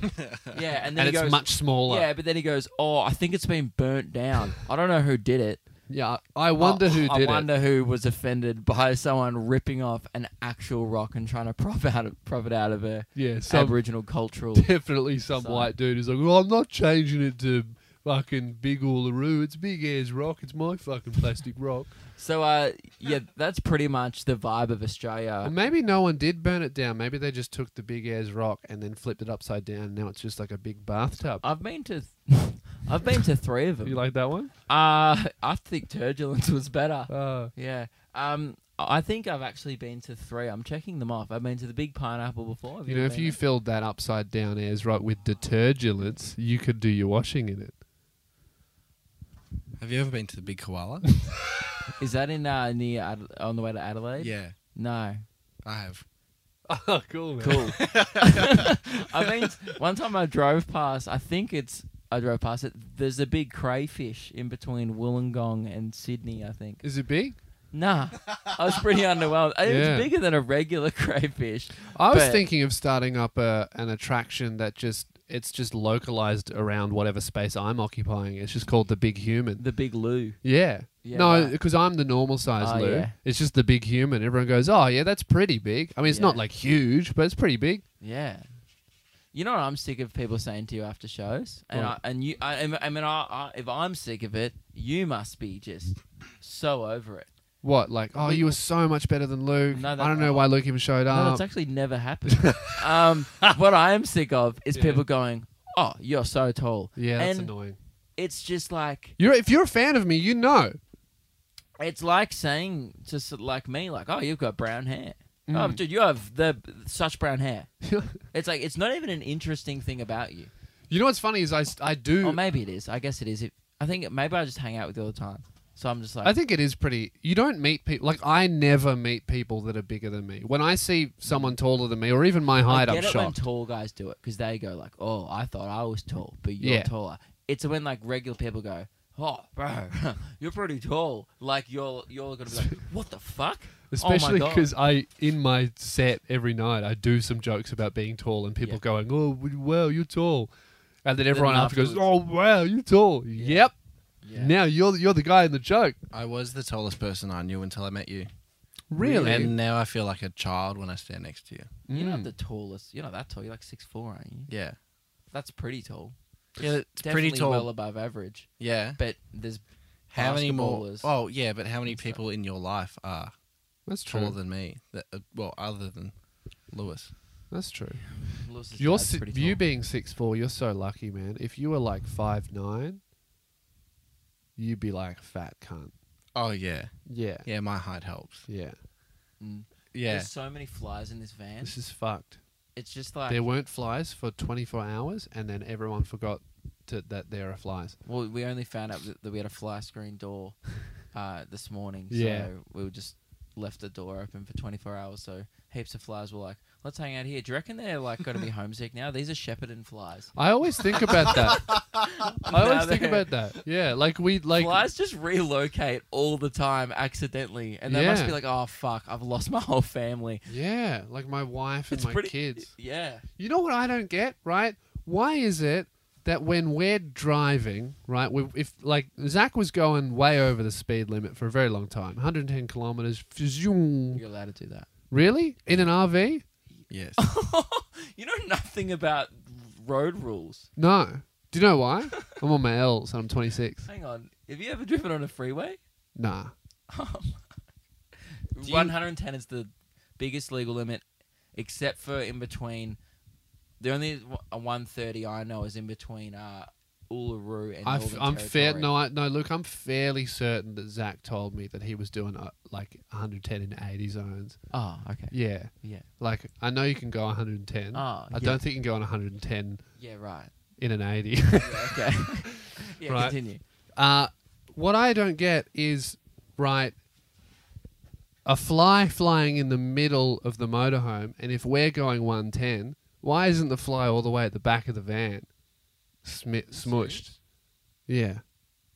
Speaker 2: Yeah, and then
Speaker 1: and
Speaker 2: he
Speaker 1: it's
Speaker 2: goes,
Speaker 1: much smaller."
Speaker 2: yeah, but then he goes, oh, I think it's been burnt down. I don't know who did it.
Speaker 1: Yeah, I wonder
Speaker 2: I-
Speaker 1: who
Speaker 2: Oh, I
Speaker 1: did it.
Speaker 2: wonder who was offended by someone ripping off an actual rock and trying to profit out of, profit out of a
Speaker 1: Yeah, some
Speaker 2: Aboriginal cultural.
Speaker 1: definitely some
Speaker 2: So-
Speaker 1: white dude who's like, well, I'm not changing it to fucking Big Uluru. It's Big Air's rock. It's my fucking plastic rock.
Speaker 2: So, uh, yeah, that's pretty much the vibe of Australia.
Speaker 1: Well, maybe no one did burn it down. Maybe they just took the Big Air's rock and then flipped it upside down. And now it's just like a big bathtub.
Speaker 2: I've been to, th- I've been to three of them.
Speaker 1: you like that one?
Speaker 2: uh, I think Turbulence was better.
Speaker 1: Uh,
Speaker 2: Yeah. Um, I think I've actually been to three. I'm checking them off. I've been to the Big Pineapple before. Have
Speaker 1: you know, if
Speaker 2: been
Speaker 1: you
Speaker 2: there?
Speaker 1: filled that upside down Air's rock with detergents, you could do your washing in it.
Speaker 3: Have you ever been to the Big Koala?
Speaker 2: is that in uh, near Ad- on the way to Adelaide?
Speaker 3: yeah,
Speaker 2: No.
Speaker 3: I have.
Speaker 1: Oh, cool, man.
Speaker 2: Cool. I mean, one time I drove past. I think it's I drove past it. There's a big crayfish in between Wollongong and Sydney. I think.
Speaker 1: Is it big?
Speaker 2: Nah, I was pretty underwhelmed. It
Speaker 1: Yeah.
Speaker 2: was bigger than a regular crayfish.
Speaker 1: I was
Speaker 2: But-
Speaker 1: thinking of starting up a, an attraction that just it's just localized around whatever space I'm occupying. It's just called the Big Human.
Speaker 2: The big loo.
Speaker 1: yeah.
Speaker 2: Yeah,
Speaker 1: no,
Speaker 2: right.
Speaker 1: because I'm the normal size
Speaker 2: Oh,
Speaker 1: Lou.
Speaker 2: yeah.
Speaker 1: It's just the Big Human. Everyone goes, "Oh yeah, that's pretty big." I mean, it's not
Speaker 2: Yeah.
Speaker 1: like huge, but it's pretty big.
Speaker 2: Yeah. You know what I'm sick of people saying to you after shows, and
Speaker 1: What?
Speaker 2: I, and you, I, I mean, I, I, if I'm sick of it, you must be just so over it.
Speaker 1: What? Like, oh,
Speaker 2: We-
Speaker 1: you were so much better than Luke.
Speaker 2: No, that-
Speaker 1: I don't know why Luke even showed
Speaker 2: No,
Speaker 1: up.
Speaker 2: that's actually never happened. um, what I am sick of is
Speaker 1: Yeah.
Speaker 2: people going, "Oh, you're so tall."
Speaker 1: yeah, that's
Speaker 2: and
Speaker 1: annoying.
Speaker 2: it's just like
Speaker 1: You're if you're a fan of me, you know.
Speaker 2: it's like saying to s- like me, like, "Oh, you've got brown hair." Oh,
Speaker 1: Mm.
Speaker 2: dude, you have the such brown hair. It's like it's not even an interesting thing about you.
Speaker 1: you know what's funny is I s- I do
Speaker 2: Or maybe it is. I guess it is. If, I think maybe I just hang out with you all the time, so I'm just like,
Speaker 1: I think it is pretty. You don't meet people like I never meet people that are bigger than me. When I see someone taller than me, or even my height,
Speaker 2: I
Speaker 1: I'm
Speaker 2: get it when
Speaker 1: shocked.
Speaker 2: tall guys do it because they go like, "Oh, I thought I was tall, but you're
Speaker 1: Yeah.
Speaker 2: taller." It's when like regular people go, "Oh, bro, you're pretty tall." Like you're you're gonna be like, "What the fuck?"
Speaker 1: Especially
Speaker 2: oh my God."
Speaker 1: because I, in my set every night, I do some jokes about being tall and people
Speaker 2: Yeah.
Speaker 1: going, "Oh, w- wow, you're tall," and then everyone after goes, "Oh,
Speaker 2: afterwards-
Speaker 1: wow, you're tall." Yep.
Speaker 2: Yeah.
Speaker 1: Now you're you're the guy in the joke.
Speaker 3: I was the tallest person I knew until I met you.
Speaker 1: Really?
Speaker 3: And now I feel like a child when I stand next to you.
Speaker 2: you're
Speaker 1: Mm.
Speaker 2: not the tallest. You're not that tall. You're like six four, aren't you?
Speaker 3: Yeah.
Speaker 2: That's pretty tall.
Speaker 3: Yeah, it's
Speaker 2: Definitely
Speaker 3: pretty tall.
Speaker 2: well above average.
Speaker 3: yeah.
Speaker 2: But there's
Speaker 3: How many more?
Speaker 2: basketballers.
Speaker 3: Oh, yeah, but how many
Speaker 2: and stuff.
Speaker 3: people in your life are
Speaker 1: That's
Speaker 3: taller
Speaker 1: true.
Speaker 3: than me? That, uh, well, other than Lewis.
Speaker 1: That's true.
Speaker 2: Lewis's
Speaker 1: Your
Speaker 2: dad's
Speaker 1: si-
Speaker 2: pretty
Speaker 1: you
Speaker 2: tall.
Speaker 1: being six four, you're so lucky, man. If you were like five nine, you'd be like fat cunt.
Speaker 3: Oh, yeah.
Speaker 1: Yeah.
Speaker 3: Yeah, my height helps.
Speaker 1: Yeah.
Speaker 2: Mm.
Speaker 3: Yeah.
Speaker 2: There's so many flies in this van.
Speaker 1: This is fucked.
Speaker 2: It's just like
Speaker 1: There weren't flies for 24 hours, and then everyone forgot to, that there are flies.
Speaker 2: Well, we only found out that- that we had a fly screen door uh, this morning.
Speaker 1: Yeah.
Speaker 2: So we were just left the door open for 24 hours. So heaps of flies were like, let's hang out here. Do you reckon they're like going to be homesick now? These are shepherding flies.
Speaker 1: I always think about that. I
Speaker 2: Now
Speaker 1: always think
Speaker 2: they're-
Speaker 1: about that. Yeah, like we like.
Speaker 2: flies just relocate all the time accidentally. And they must
Speaker 1: Yeah.
Speaker 2: be like, oh, fuck, I've lost my whole family.
Speaker 1: Yeah, like my wife and
Speaker 2: It's
Speaker 1: my
Speaker 2: pretty.
Speaker 1: kids.
Speaker 2: Yeah.
Speaker 1: You know what I don't get, right? Why is it that when we're driving, right, we, if like Zach was going way over the speed limit for a very long time, 110 kilometers, zoom.
Speaker 2: You're allowed to do that.
Speaker 1: really, in an RV?
Speaker 3: Yes.
Speaker 2: you know nothing about road rules.
Speaker 1: No. Do you know why? I'm on my L's and I'm 26.
Speaker 2: Hang on. Have you ever driven on a freeway?
Speaker 1: Nah.
Speaker 3: Do you-
Speaker 2: 110 is the biggest legal limit, except for in between. The only w- a 130 I know is in between uh, Uluru and
Speaker 1: I
Speaker 2: Northern
Speaker 1: am fair.
Speaker 2: Territory.
Speaker 1: No, I, no, look, I'm fairly certain that Zach told me that he was doing uh, like 110 in 80 zones.
Speaker 2: Oh, okay.
Speaker 1: Yeah,
Speaker 2: Yeah.
Speaker 1: like I know you can go 110.
Speaker 2: Oh,
Speaker 1: I
Speaker 2: yeah.
Speaker 1: don't think you can go on 110
Speaker 2: Yeah, right.
Speaker 1: in an 80.
Speaker 2: Yeah, okay. yeah,
Speaker 1: Right.
Speaker 2: continue.
Speaker 1: uh, what I don't get is right. A fly flying in the middle of the motorhome, and if we're going 110, why isn't the fly all the way at the back of the van, Smi- smushed? Yeah,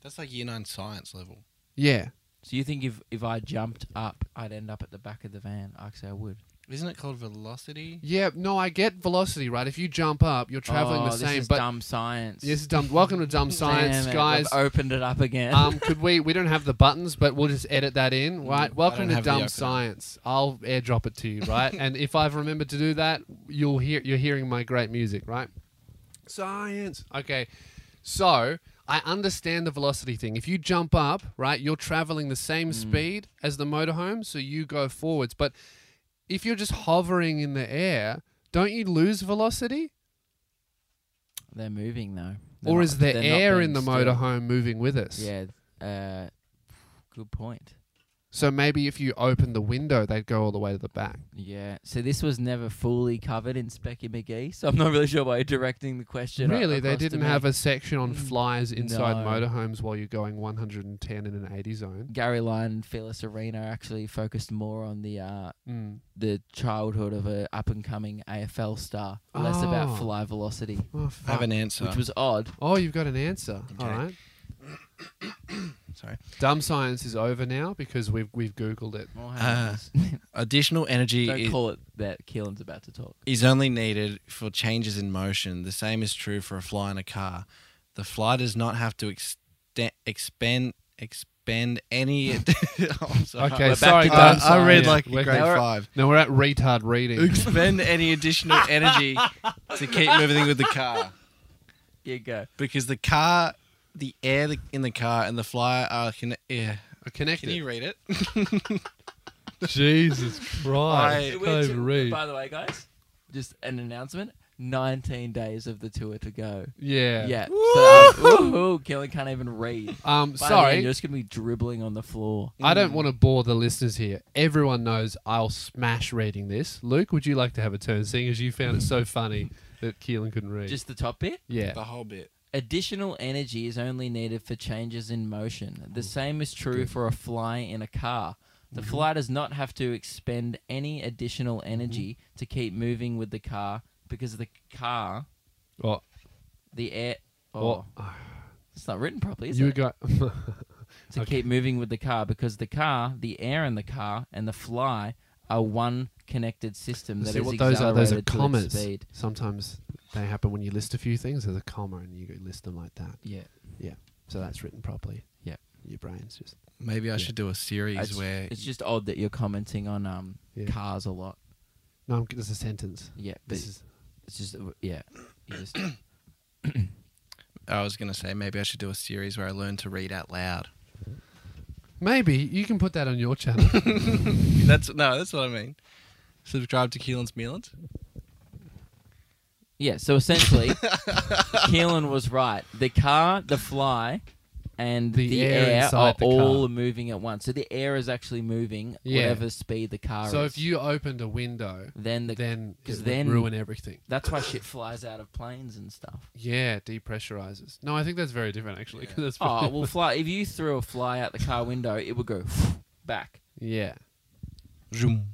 Speaker 3: That's like year nine science level.
Speaker 1: yeah.
Speaker 2: So you think if, if I jumped up, I'd end up at the back of the van? Actually, I would.
Speaker 3: Isn't it called velocity?
Speaker 1: Yeah, no, I get velocity, right? If you jump up, you're traveling
Speaker 2: oh,
Speaker 1: the same.
Speaker 2: This is
Speaker 1: but
Speaker 2: dumb science.
Speaker 1: this is dumb. Welcome to dumb science,
Speaker 2: Damn it,
Speaker 1: guys.
Speaker 2: I've opened it up again.
Speaker 1: Um, could we? We don't have the buttons, but we'll just edit that in, right?
Speaker 3: Mm, I
Speaker 1: Welcome
Speaker 3: don't
Speaker 1: to
Speaker 3: have the
Speaker 1: dumb
Speaker 3: opener.
Speaker 1: science. I'll airdrop it to you, right? and if I've remembered to do that, you'll hear. You're hearing my great music, right? Science. Okay, so I understand the velocity thing. If you jump up, right, you're traveling the
Speaker 2: Mm.
Speaker 1: same speed as the motorhome, so you go forwards. But if you're just hovering in the air, don't you lose velocity?
Speaker 2: They're moving though. They're
Speaker 1: or
Speaker 2: not-
Speaker 1: is there
Speaker 2: they're not
Speaker 1: air
Speaker 2: being
Speaker 1: in the
Speaker 2: still.
Speaker 1: motorhome moving with us?
Speaker 2: Yeah. Uh, good point.
Speaker 1: So maybe if you open the window, they'd go all the way to the back.
Speaker 2: Yeah. So this was never fully covered in Specky McGee, so I'm not really sure why you're directing the question.
Speaker 1: really, they didn't have a Mm. section on flies inside
Speaker 2: No.
Speaker 1: motorhomes while you're going 110 in an 80 zone.
Speaker 2: Gary Lyon and Phyllis Arena actually focused more on the uh,
Speaker 1: Mm.
Speaker 2: the childhood of a up and coming AFL star, less
Speaker 1: Oh.
Speaker 2: about fly velocity,
Speaker 1: Oh,
Speaker 3: I have
Speaker 1: fuck.
Speaker 3: an answer.
Speaker 2: which was odd.
Speaker 1: oh, you've got an answer. All
Speaker 3: Okay.
Speaker 1: right.
Speaker 3: Sorry.
Speaker 1: Dumb science is over now because we've we've googled it.
Speaker 2: More
Speaker 3: Uh,
Speaker 2: happens.
Speaker 3: Additional energy
Speaker 2: Don't
Speaker 3: is,
Speaker 2: call it that. Keelan's about to talk.
Speaker 3: is only needed for changes in motion. The same is true for a fly in a car. The fly does not have to extend, expend, expend any. Oh, I'm sorry.
Speaker 1: Okay,
Speaker 2: back
Speaker 1: sorry.
Speaker 2: to
Speaker 1: dumb
Speaker 3: I,
Speaker 2: dumb
Speaker 3: I
Speaker 1: science.
Speaker 3: read
Speaker 1: Yeah,
Speaker 3: like
Speaker 1: we're-
Speaker 3: grade
Speaker 2: Now we're-
Speaker 3: five.
Speaker 1: No, we're at retard reading.
Speaker 3: Expend any additional energy to keep moving with the car
Speaker 2: You go.
Speaker 3: because the car, the air th- in the car, and the fly are conne- yeah.
Speaker 1: Connected.
Speaker 3: Can you read it?
Speaker 1: Jesus Christ.
Speaker 3: I-
Speaker 2: We're ju- By the way, guys, just an announcement. 19 days of the tour to go.
Speaker 1: Yeah.
Speaker 2: Yeah. So, um, woohoo, Keelan can't even read.
Speaker 1: Um,
Speaker 2: By the end,
Speaker 1: sorry.
Speaker 2: you're just gonna be dribbling on the floor.
Speaker 1: I don't want to bore the listeners here. Everyone knows I'll smash reading this. Luke, would you like to have a turn, seeing as you found it so funny that Keelan couldn't read?
Speaker 2: Just the top bit.
Speaker 1: yeah.
Speaker 3: The whole bit.
Speaker 2: Additional energy is only needed for changes in motion. The same is true for a fly in a car. The
Speaker 1: Mm-hmm.
Speaker 2: fly does not have to expend any additional energy to keep moving with the car because the car,
Speaker 1: Well,
Speaker 2: the air. Oh,
Speaker 1: well,
Speaker 2: it's not written properly, is
Speaker 1: you
Speaker 2: it?
Speaker 1: got.
Speaker 2: to
Speaker 1: okay.
Speaker 2: keep moving with the car because the car, the air in the car, and the fly are one connected system that
Speaker 1: See
Speaker 2: is
Speaker 1: what those are? Those are
Speaker 2: accelerated to its
Speaker 1: commas.
Speaker 2: Speed.
Speaker 1: Sometimes they happen when you list a few things. There's a comma, and you list them like that.
Speaker 2: Yeah.
Speaker 1: So that's written properly.
Speaker 2: Yeah.
Speaker 1: Your brain's just.
Speaker 3: Maybe I should do a series
Speaker 2: It's,
Speaker 3: where
Speaker 2: it's just odd that you're commenting on um
Speaker 1: Yeah.
Speaker 2: cars a lot.
Speaker 1: No, I'm, there's a sentence.
Speaker 2: Yeah, but
Speaker 1: This is.
Speaker 2: it's just yeah. You just
Speaker 3: I was gonna say maybe I should do a series where I learn to read out loud.
Speaker 1: Maybe you can put that on your channel.
Speaker 3: That's no, that's what I mean. Subscribe to Keelan's Mealance.
Speaker 2: Yeah, so essentially, Keelan was right. The car, the fly, and
Speaker 1: The
Speaker 2: the,
Speaker 1: air
Speaker 2: air,
Speaker 1: inside
Speaker 2: are
Speaker 1: the
Speaker 2: all
Speaker 1: car.
Speaker 2: moving at once. So the air is actually moving
Speaker 1: Yeah.
Speaker 2: whatever speed the car
Speaker 1: so
Speaker 2: is.
Speaker 1: if you opened a window,
Speaker 2: then the
Speaker 1: then it
Speaker 2: 'cause
Speaker 1: would
Speaker 2: then-
Speaker 1: ruin everything.
Speaker 2: that's why shit flies out of planes and stuff.
Speaker 1: Yeah, depressurizes. No, I think that's very different actually. 'cause that's
Speaker 2: Oh
Speaker 1: probably-
Speaker 2: well, fly. If you threw a fly out the car window, it would go back
Speaker 1: yeah.
Speaker 3: Zoom.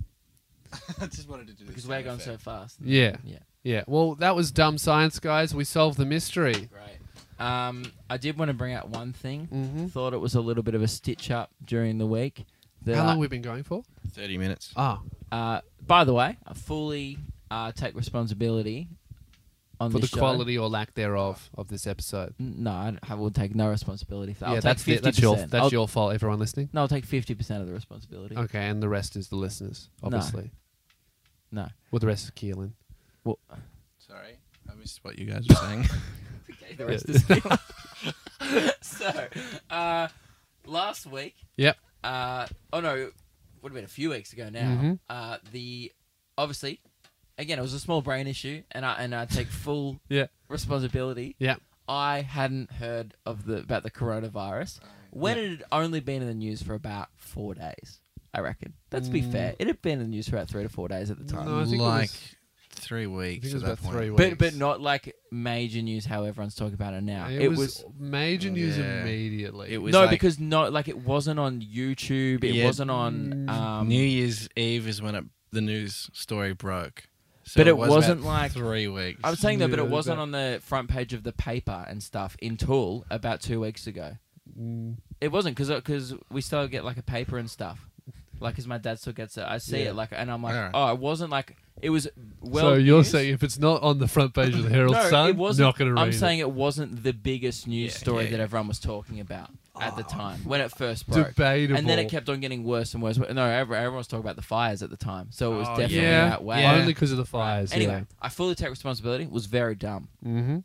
Speaker 3: I just wanted to do this
Speaker 2: because we're
Speaker 3: sound
Speaker 2: going so
Speaker 3: effect.
Speaker 2: fast.
Speaker 1: Yeah.
Speaker 2: mm, Yeah.
Speaker 1: Yeah. Well, that was dumb science, guys. We solved the mystery.
Speaker 2: Great. Um, I did want to bring out one thing.
Speaker 1: Mm-hmm.
Speaker 2: Thought it was a little bit of a stitch up during the week. That
Speaker 1: How
Speaker 2: I-
Speaker 1: long we been going for?
Speaker 3: Thirty minutes.
Speaker 1: Ah,
Speaker 2: Uh, by the way, I fully uh, take responsibility on
Speaker 1: for the
Speaker 2: this show.
Speaker 1: quality or lack thereof of this episode.
Speaker 2: N- No, I, don't- I will take no responsibility for that. I'll
Speaker 1: yeah,
Speaker 2: take
Speaker 1: that's the-
Speaker 2: 50%.
Speaker 1: that's your that's
Speaker 2: I'll-
Speaker 1: your fault. Everyone listening.
Speaker 2: No, I'll take fifty percent of the responsibility.
Speaker 1: Okay, and the rest is the listeners,
Speaker 2: No.
Speaker 1: obviously.
Speaker 2: No.
Speaker 1: Well, the rest is Keelan.
Speaker 3: Sorry, I missed what you guys were saying.
Speaker 2: Okay, the rest is so. Uh, last week.
Speaker 1: Yep.
Speaker 2: Uh, oh no, would have been a few weeks ago now.
Speaker 1: Mhm.
Speaker 2: Uh, the obviously, again, it was a small brain issue, and I and I take full
Speaker 1: Yeah.
Speaker 2: responsibility.
Speaker 1: Yeah.
Speaker 2: I hadn't heard of the about the coronavirus when it had only been in the news for about four days. I reckon. Let's be
Speaker 1: Mm.
Speaker 2: fair. It had been in the news for about three to four days at the time.
Speaker 1: No, I think it
Speaker 3: like
Speaker 1: was-
Speaker 3: three
Speaker 1: I
Speaker 3: weeks.
Speaker 1: think it was
Speaker 3: at
Speaker 1: about
Speaker 3: that point.
Speaker 1: three weeks.
Speaker 2: But but not like major news how everyone's talking about it now.
Speaker 1: It, was, major news
Speaker 3: Yeah.
Speaker 1: immediately.
Speaker 3: It was
Speaker 2: no
Speaker 3: like-
Speaker 2: because no like it wasn't on YouTube. It
Speaker 3: Yeah.
Speaker 2: wasn't
Speaker 1: Mm.
Speaker 2: on um
Speaker 3: New Year's Eve is when it, the news story broke. So
Speaker 2: But it
Speaker 3: was
Speaker 2: wasn't
Speaker 3: about
Speaker 2: like-
Speaker 3: three weeks.
Speaker 2: I was saying though, but
Speaker 1: Yeah,
Speaker 2: it wasn't
Speaker 1: that-
Speaker 2: on the front page of the paper and stuff in Tool about two weeks ago.
Speaker 1: Mm,
Speaker 2: It wasn't because we still get like a paper and stuff, like because my dad still gets it. I see
Speaker 1: Yeah.
Speaker 2: it like, and I'm like,
Speaker 3: Alright.
Speaker 2: oh, it wasn't like it was.
Speaker 1: so
Speaker 2: Well,
Speaker 1: you're
Speaker 2: news.
Speaker 1: saying if it's not on the front page of the Herald
Speaker 2: no,
Speaker 1: Sun,
Speaker 2: it wasn't.
Speaker 1: not going to read
Speaker 2: I'm
Speaker 1: it.
Speaker 2: saying it wasn't the biggest news
Speaker 3: Yeah,
Speaker 2: story
Speaker 3: yeah,
Speaker 2: that
Speaker 3: yeah.
Speaker 2: everyone was talking about at the
Speaker 1: Oh.
Speaker 2: time when it first broke.
Speaker 1: debatable.
Speaker 2: And then it kept on getting worse and worse. No, every- everyone was talking about the fires at the time, so it was
Speaker 3: Oh,
Speaker 2: definitely
Speaker 1: yeah,
Speaker 2: that way.
Speaker 1: only because of the fires.
Speaker 2: Anyway, I fully take responsibility. It was very dumb.
Speaker 1: yeah. mm-hmm.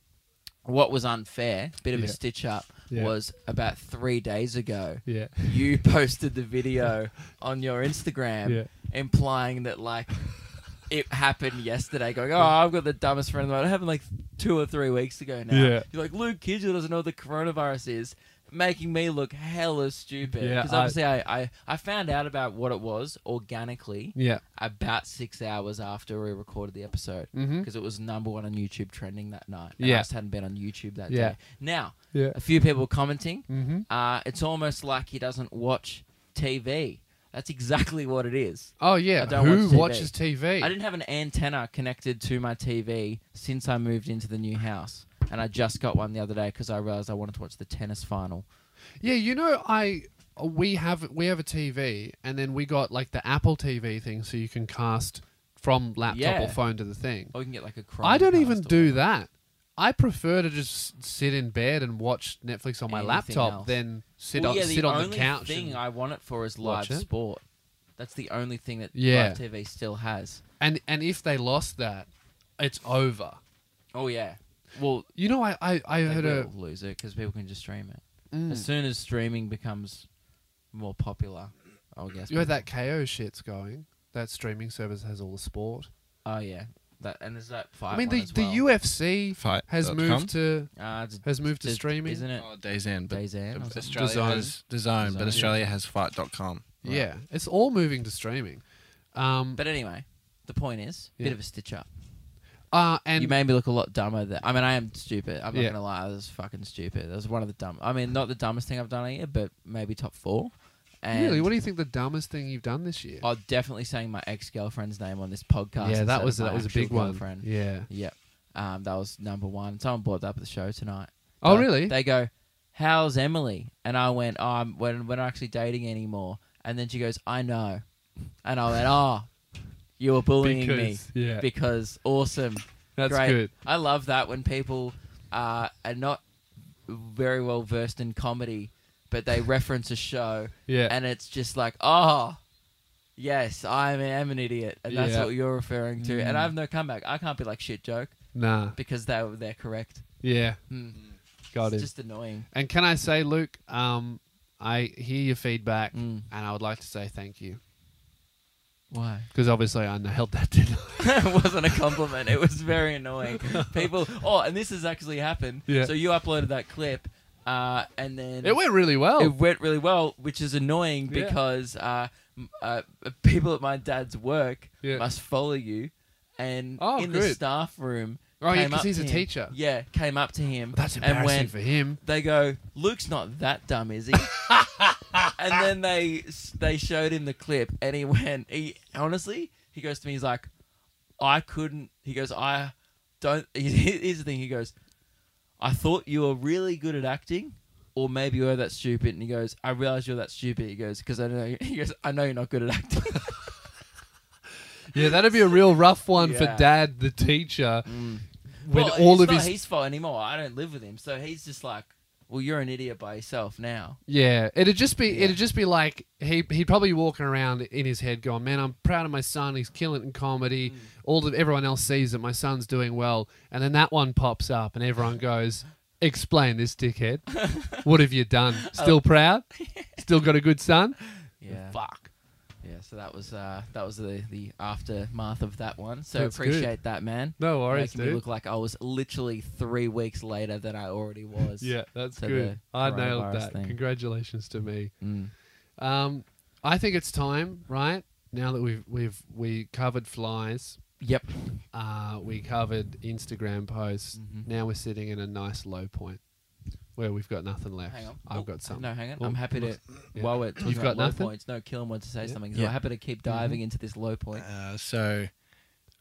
Speaker 2: what was unfair, bit of
Speaker 1: Yeah.
Speaker 2: a stitch up,
Speaker 1: Yeah.
Speaker 2: was about three days ago.
Speaker 1: Yeah.
Speaker 2: You posted the video on your Instagram,
Speaker 1: Yeah.
Speaker 2: implying that like it happened yesterday. Going, oh, I've got the dumbest friend in the world. It happened like two or three weeks ago now.
Speaker 1: Yeah.
Speaker 2: You're like Luke Kidgel doesn't know what the coronavirus is, making me look hella stupid.
Speaker 1: Yeah,
Speaker 2: Because
Speaker 1: I-
Speaker 2: obviously, I, I I found out about what it was organically
Speaker 1: Yeah.
Speaker 2: about six hours after we recorded the episode
Speaker 1: Mm-hmm.
Speaker 2: because it was number one on YouTube trending that night. And
Speaker 1: Yeah.
Speaker 2: I just hadn't been on YouTube that
Speaker 1: Yeah.
Speaker 2: day. Now,
Speaker 1: Yeah.
Speaker 2: a few people were commenting.
Speaker 1: Mm-hmm.
Speaker 2: Uh, it's almost like he doesn't watch TV. That's exactly what it is.
Speaker 1: Oh yeah.
Speaker 2: I don't
Speaker 1: Who
Speaker 2: watch TV.
Speaker 1: watches TV?
Speaker 2: I didn't have an antenna connected to my TV since I moved into the new house. And I just got one the other day because I realized I wanted to watch the tennis final.
Speaker 1: Yeah, you know, I we have we have a TV, and then we got like the Apple TV thing, so you can cast from laptop or
Speaker 2: Yeah.
Speaker 1: phone to the thing.
Speaker 2: Or you can get like a Chromecast
Speaker 1: I don't even
Speaker 2: or
Speaker 1: do that. I prefer to just sit in bed and watch Netflix on my
Speaker 2: Anything
Speaker 1: laptop
Speaker 2: else.
Speaker 1: than sit
Speaker 2: Well,
Speaker 1: on
Speaker 2: yeah,
Speaker 1: sit
Speaker 2: the
Speaker 1: on the
Speaker 2: only
Speaker 1: couch.
Speaker 2: thing
Speaker 1: and,
Speaker 2: I want it for is live
Speaker 1: watch it.
Speaker 2: sport. That's the only thing that
Speaker 1: Yeah.
Speaker 2: live TV still has.
Speaker 1: and and if they lost that, it's over.
Speaker 2: Oh yeah. Well,
Speaker 1: You know, I I, I
Speaker 2: they
Speaker 1: heard a
Speaker 2: will lose it because people can just stream it.
Speaker 1: mm,
Speaker 2: As soon as streaming becomes more popular, I guess.
Speaker 1: you heard
Speaker 2: people-
Speaker 1: that KO shit's going. That streaming service has all the sport.
Speaker 2: Oh yeah. That and is that five?
Speaker 1: I mean,
Speaker 2: one
Speaker 1: the
Speaker 2: as
Speaker 1: the
Speaker 2: well?
Speaker 1: UFC
Speaker 3: Fight.
Speaker 1: has moved to
Speaker 2: Uh, it's-
Speaker 1: has moved to
Speaker 2: it's-
Speaker 1: streaming.
Speaker 2: isn't it?
Speaker 3: Oh, Days End, but
Speaker 2: Days End or something?
Speaker 3: Australia
Speaker 1: DAZN.
Speaker 3: has DAZN,
Speaker 2: DAZN,
Speaker 3: but Australia has Fight.com.
Speaker 2: Right.
Speaker 1: Yeah, it's all moving to streaming. Um,
Speaker 2: But anyway, the point is,
Speaker 1: Yeah.
Speaker 2: bit of a stitch up.
Speaker 1: uh,
Speaker 2: you
Speaker 1: and
Speaker 2: made me look a lot dumber. Than, I mean, I am stupid. I'm
Speaker 1: Yeah.
Speaker 2: not gonna lie. I was fucking stupid. That was one of the dumb. I mean, not the dumbest thing I've done here, but maybe top four. And
Speaker 1: really, what do you think the dumbest thing you've done this year?
Speaker 2: I'm definitely saying my ex girlfriend's name on this podcast.
Speaker 1: yeah,
Speaker 2: instead
Speaker 1: that
Speaker 2: of
Speaker 1: was
Speaker 2: my
Speaker 1: that was a
Speaker 2: actual
Speaker 1: big one.
Speaker 2: girlfriend.
Speaker 1: Yeah.
Speaker 2: Yep. Um, that was number one. Someone brought that up at the show tonight.
Speaker 1: Oh,
Speaker 2: But
Speaker 1: really?
Speaker 2: They go, "How's Emily?" And I went, "Oh, I'm, we're, we're not actually dating anymore." And then she goes, "I know," and I went, "Oh, you were bullying me
Speaker 1: Because- yeah,
Speaker 2: because awesome,
Speaker 1: that's
Speaker 2: great."
Speaker 1: good.
Speaker 2: I love that when people uh, are not very well versed in comedy, but they reference a show
Speaker 1: Yeah,
Speaker 2: and it's just like, oh, yes, I am an idiot, and that's
Speaker 1: Yeah.
Speaker 2: what you're referring to. And
Speaker 1: Mm.
Speaker 2: I have no comeback. I can't be like shit joke
Speaker 1: nah,
Speaker 2: because they were they're correct.
Speaker 1: yeah,
Speaker 2: Hmm.
Speaker 1: got
Speaker 2: it's
Speaker 1: it.
Speaker 2: just annoying.
Speaker 1: And can I say, Luke? Um, I hear your feedback,
Speaker 2: Mm.
Speaker 1: and I would like to say thank you
Speaker 2: Why?
Speaker 1: because obviously I nailed that dinner.
Speaker 2: it wasn't a compliment. It was very annoying. People. Oh, and this has actually happened.
Speaker 1: Yeah.
Speaker 2: So you uploaded that clip, uh, and then
Speaker 1: it went really well.
Speaker 2: It went really well, which is annoying
Speaker 1: Yeah.
Speaker 2: because uh, m- uh, people at my dad's work
Speaker 1: Yeah.
Speaker 2: must follow you, and
Speaker 1: Oh,
Speaker 2: in the
Speaker 1: good.
Speaker 2: staff room.
Speaker 1: Oh, yeah,
Speaker 2: came
Speaker 1: 'cause
Speaker 2: up
Speaker 1: he's
Speaker 2: to
Speaker 1: a
Speaker 2: him.
Speaker 1: teacher.
Speaker 2: Yeah, came up to him.
Speaker 1: That's
Speaker 2: and
Speaker 1: embarrassing
Speaker 2: went,
Speaker 1: for him.
Speaker 2: They go, Luke's not that dumb, is he? and then they they showed him the clip, and he went, he honestly, he goes to me, he's like, I couldn't. He goes, I don't. Here's the thing. He goes, I thought you were really good at acting, or maybe you were that stupid. And he goes, I realized you're that stupid. He goes, because I know. He goes, I know you're not good at acting.
Speaker 1: Yeah, that'd be a real rough one for
Speaker 2: Yeah. Mm.
Speaker 1: Dad, the teacher, when
Speaker 2: Well,
Speaker 1: all
Speaker 2: it's
Speaker 1: of
Speaker 2: not
Speaker 1: his
Speaker 2: his fault anymore. I don't live with him, so he's just like, well, you're an idiot by yourself now.
Speaker 1: Yeah, it'd just be
Speaker 2: Yeah.
Speaker 1: it'd just be like he he'd probably walking around in his head going, "Man, I'm proud of my son. He's killing it in comedy.
Speaker 2: Mm.
Speaker 1: All that everyone else sees that my son's doing well." And then that one pops up, and everyone goes, "Explain this, dickhead. what have you done? Still proud? Still got a good son?
Speaker 2: Oh. Yeah.
Speaker 1: Fuck."
Speaker 2: Yeah, so that was uh, that was the, the aftermath of that one. So
Speaker 1: That's good.
Speaker 2: appreciate that, man.
Speaker 1: No worries,
Speaker 2: Making me
Speaker 1: dude.
Speaker 2: look like I was literally three weeks later than I already was.
Speaker 1: yeah, that's
Speaker 2: to the
Speaker 1: good. I
Speaker 2: coronavirus
Speaker 1: nailed that.
Speaker 2: thing.
Speaker 1: Congratulations to me.
Speaker 2: Mm.
Speaker 1: Um, I think it's time, right? Now that we've we've we covered flies,
Speaker 2: Yep.
Speaker 1: Uh, we
Speaker 2: Mm-hmm.
Speaker 1: covered Instagram posts.
Speaker 2: Mhm.
Speaker 1: Now we're sitting in a nice low point where we've got nothing left.
Speaker 2: Hang on.
Speaker 1: I've
Speaker 2: Oh,
Speaker 1: got something.
Speaker 2: No, hang on.
Speaker 1: Oh,
Speaker 2: I'm happy to.
Speaker 1: yeah.
Speaker 2: While we're talking
Speaker 1: You've
Speaker 2: about
Speaker 1: got
Speaker 2: low
Speaker 1: nothing?
Speaker 2: points, no, Killen wants to say
Speaker 1: Yeah.
Speaker 2: something. So
Speaker 1: Yeah.
Speaker 2: we're happy to keep diving into this low point.
Speaker 3: Uh, so,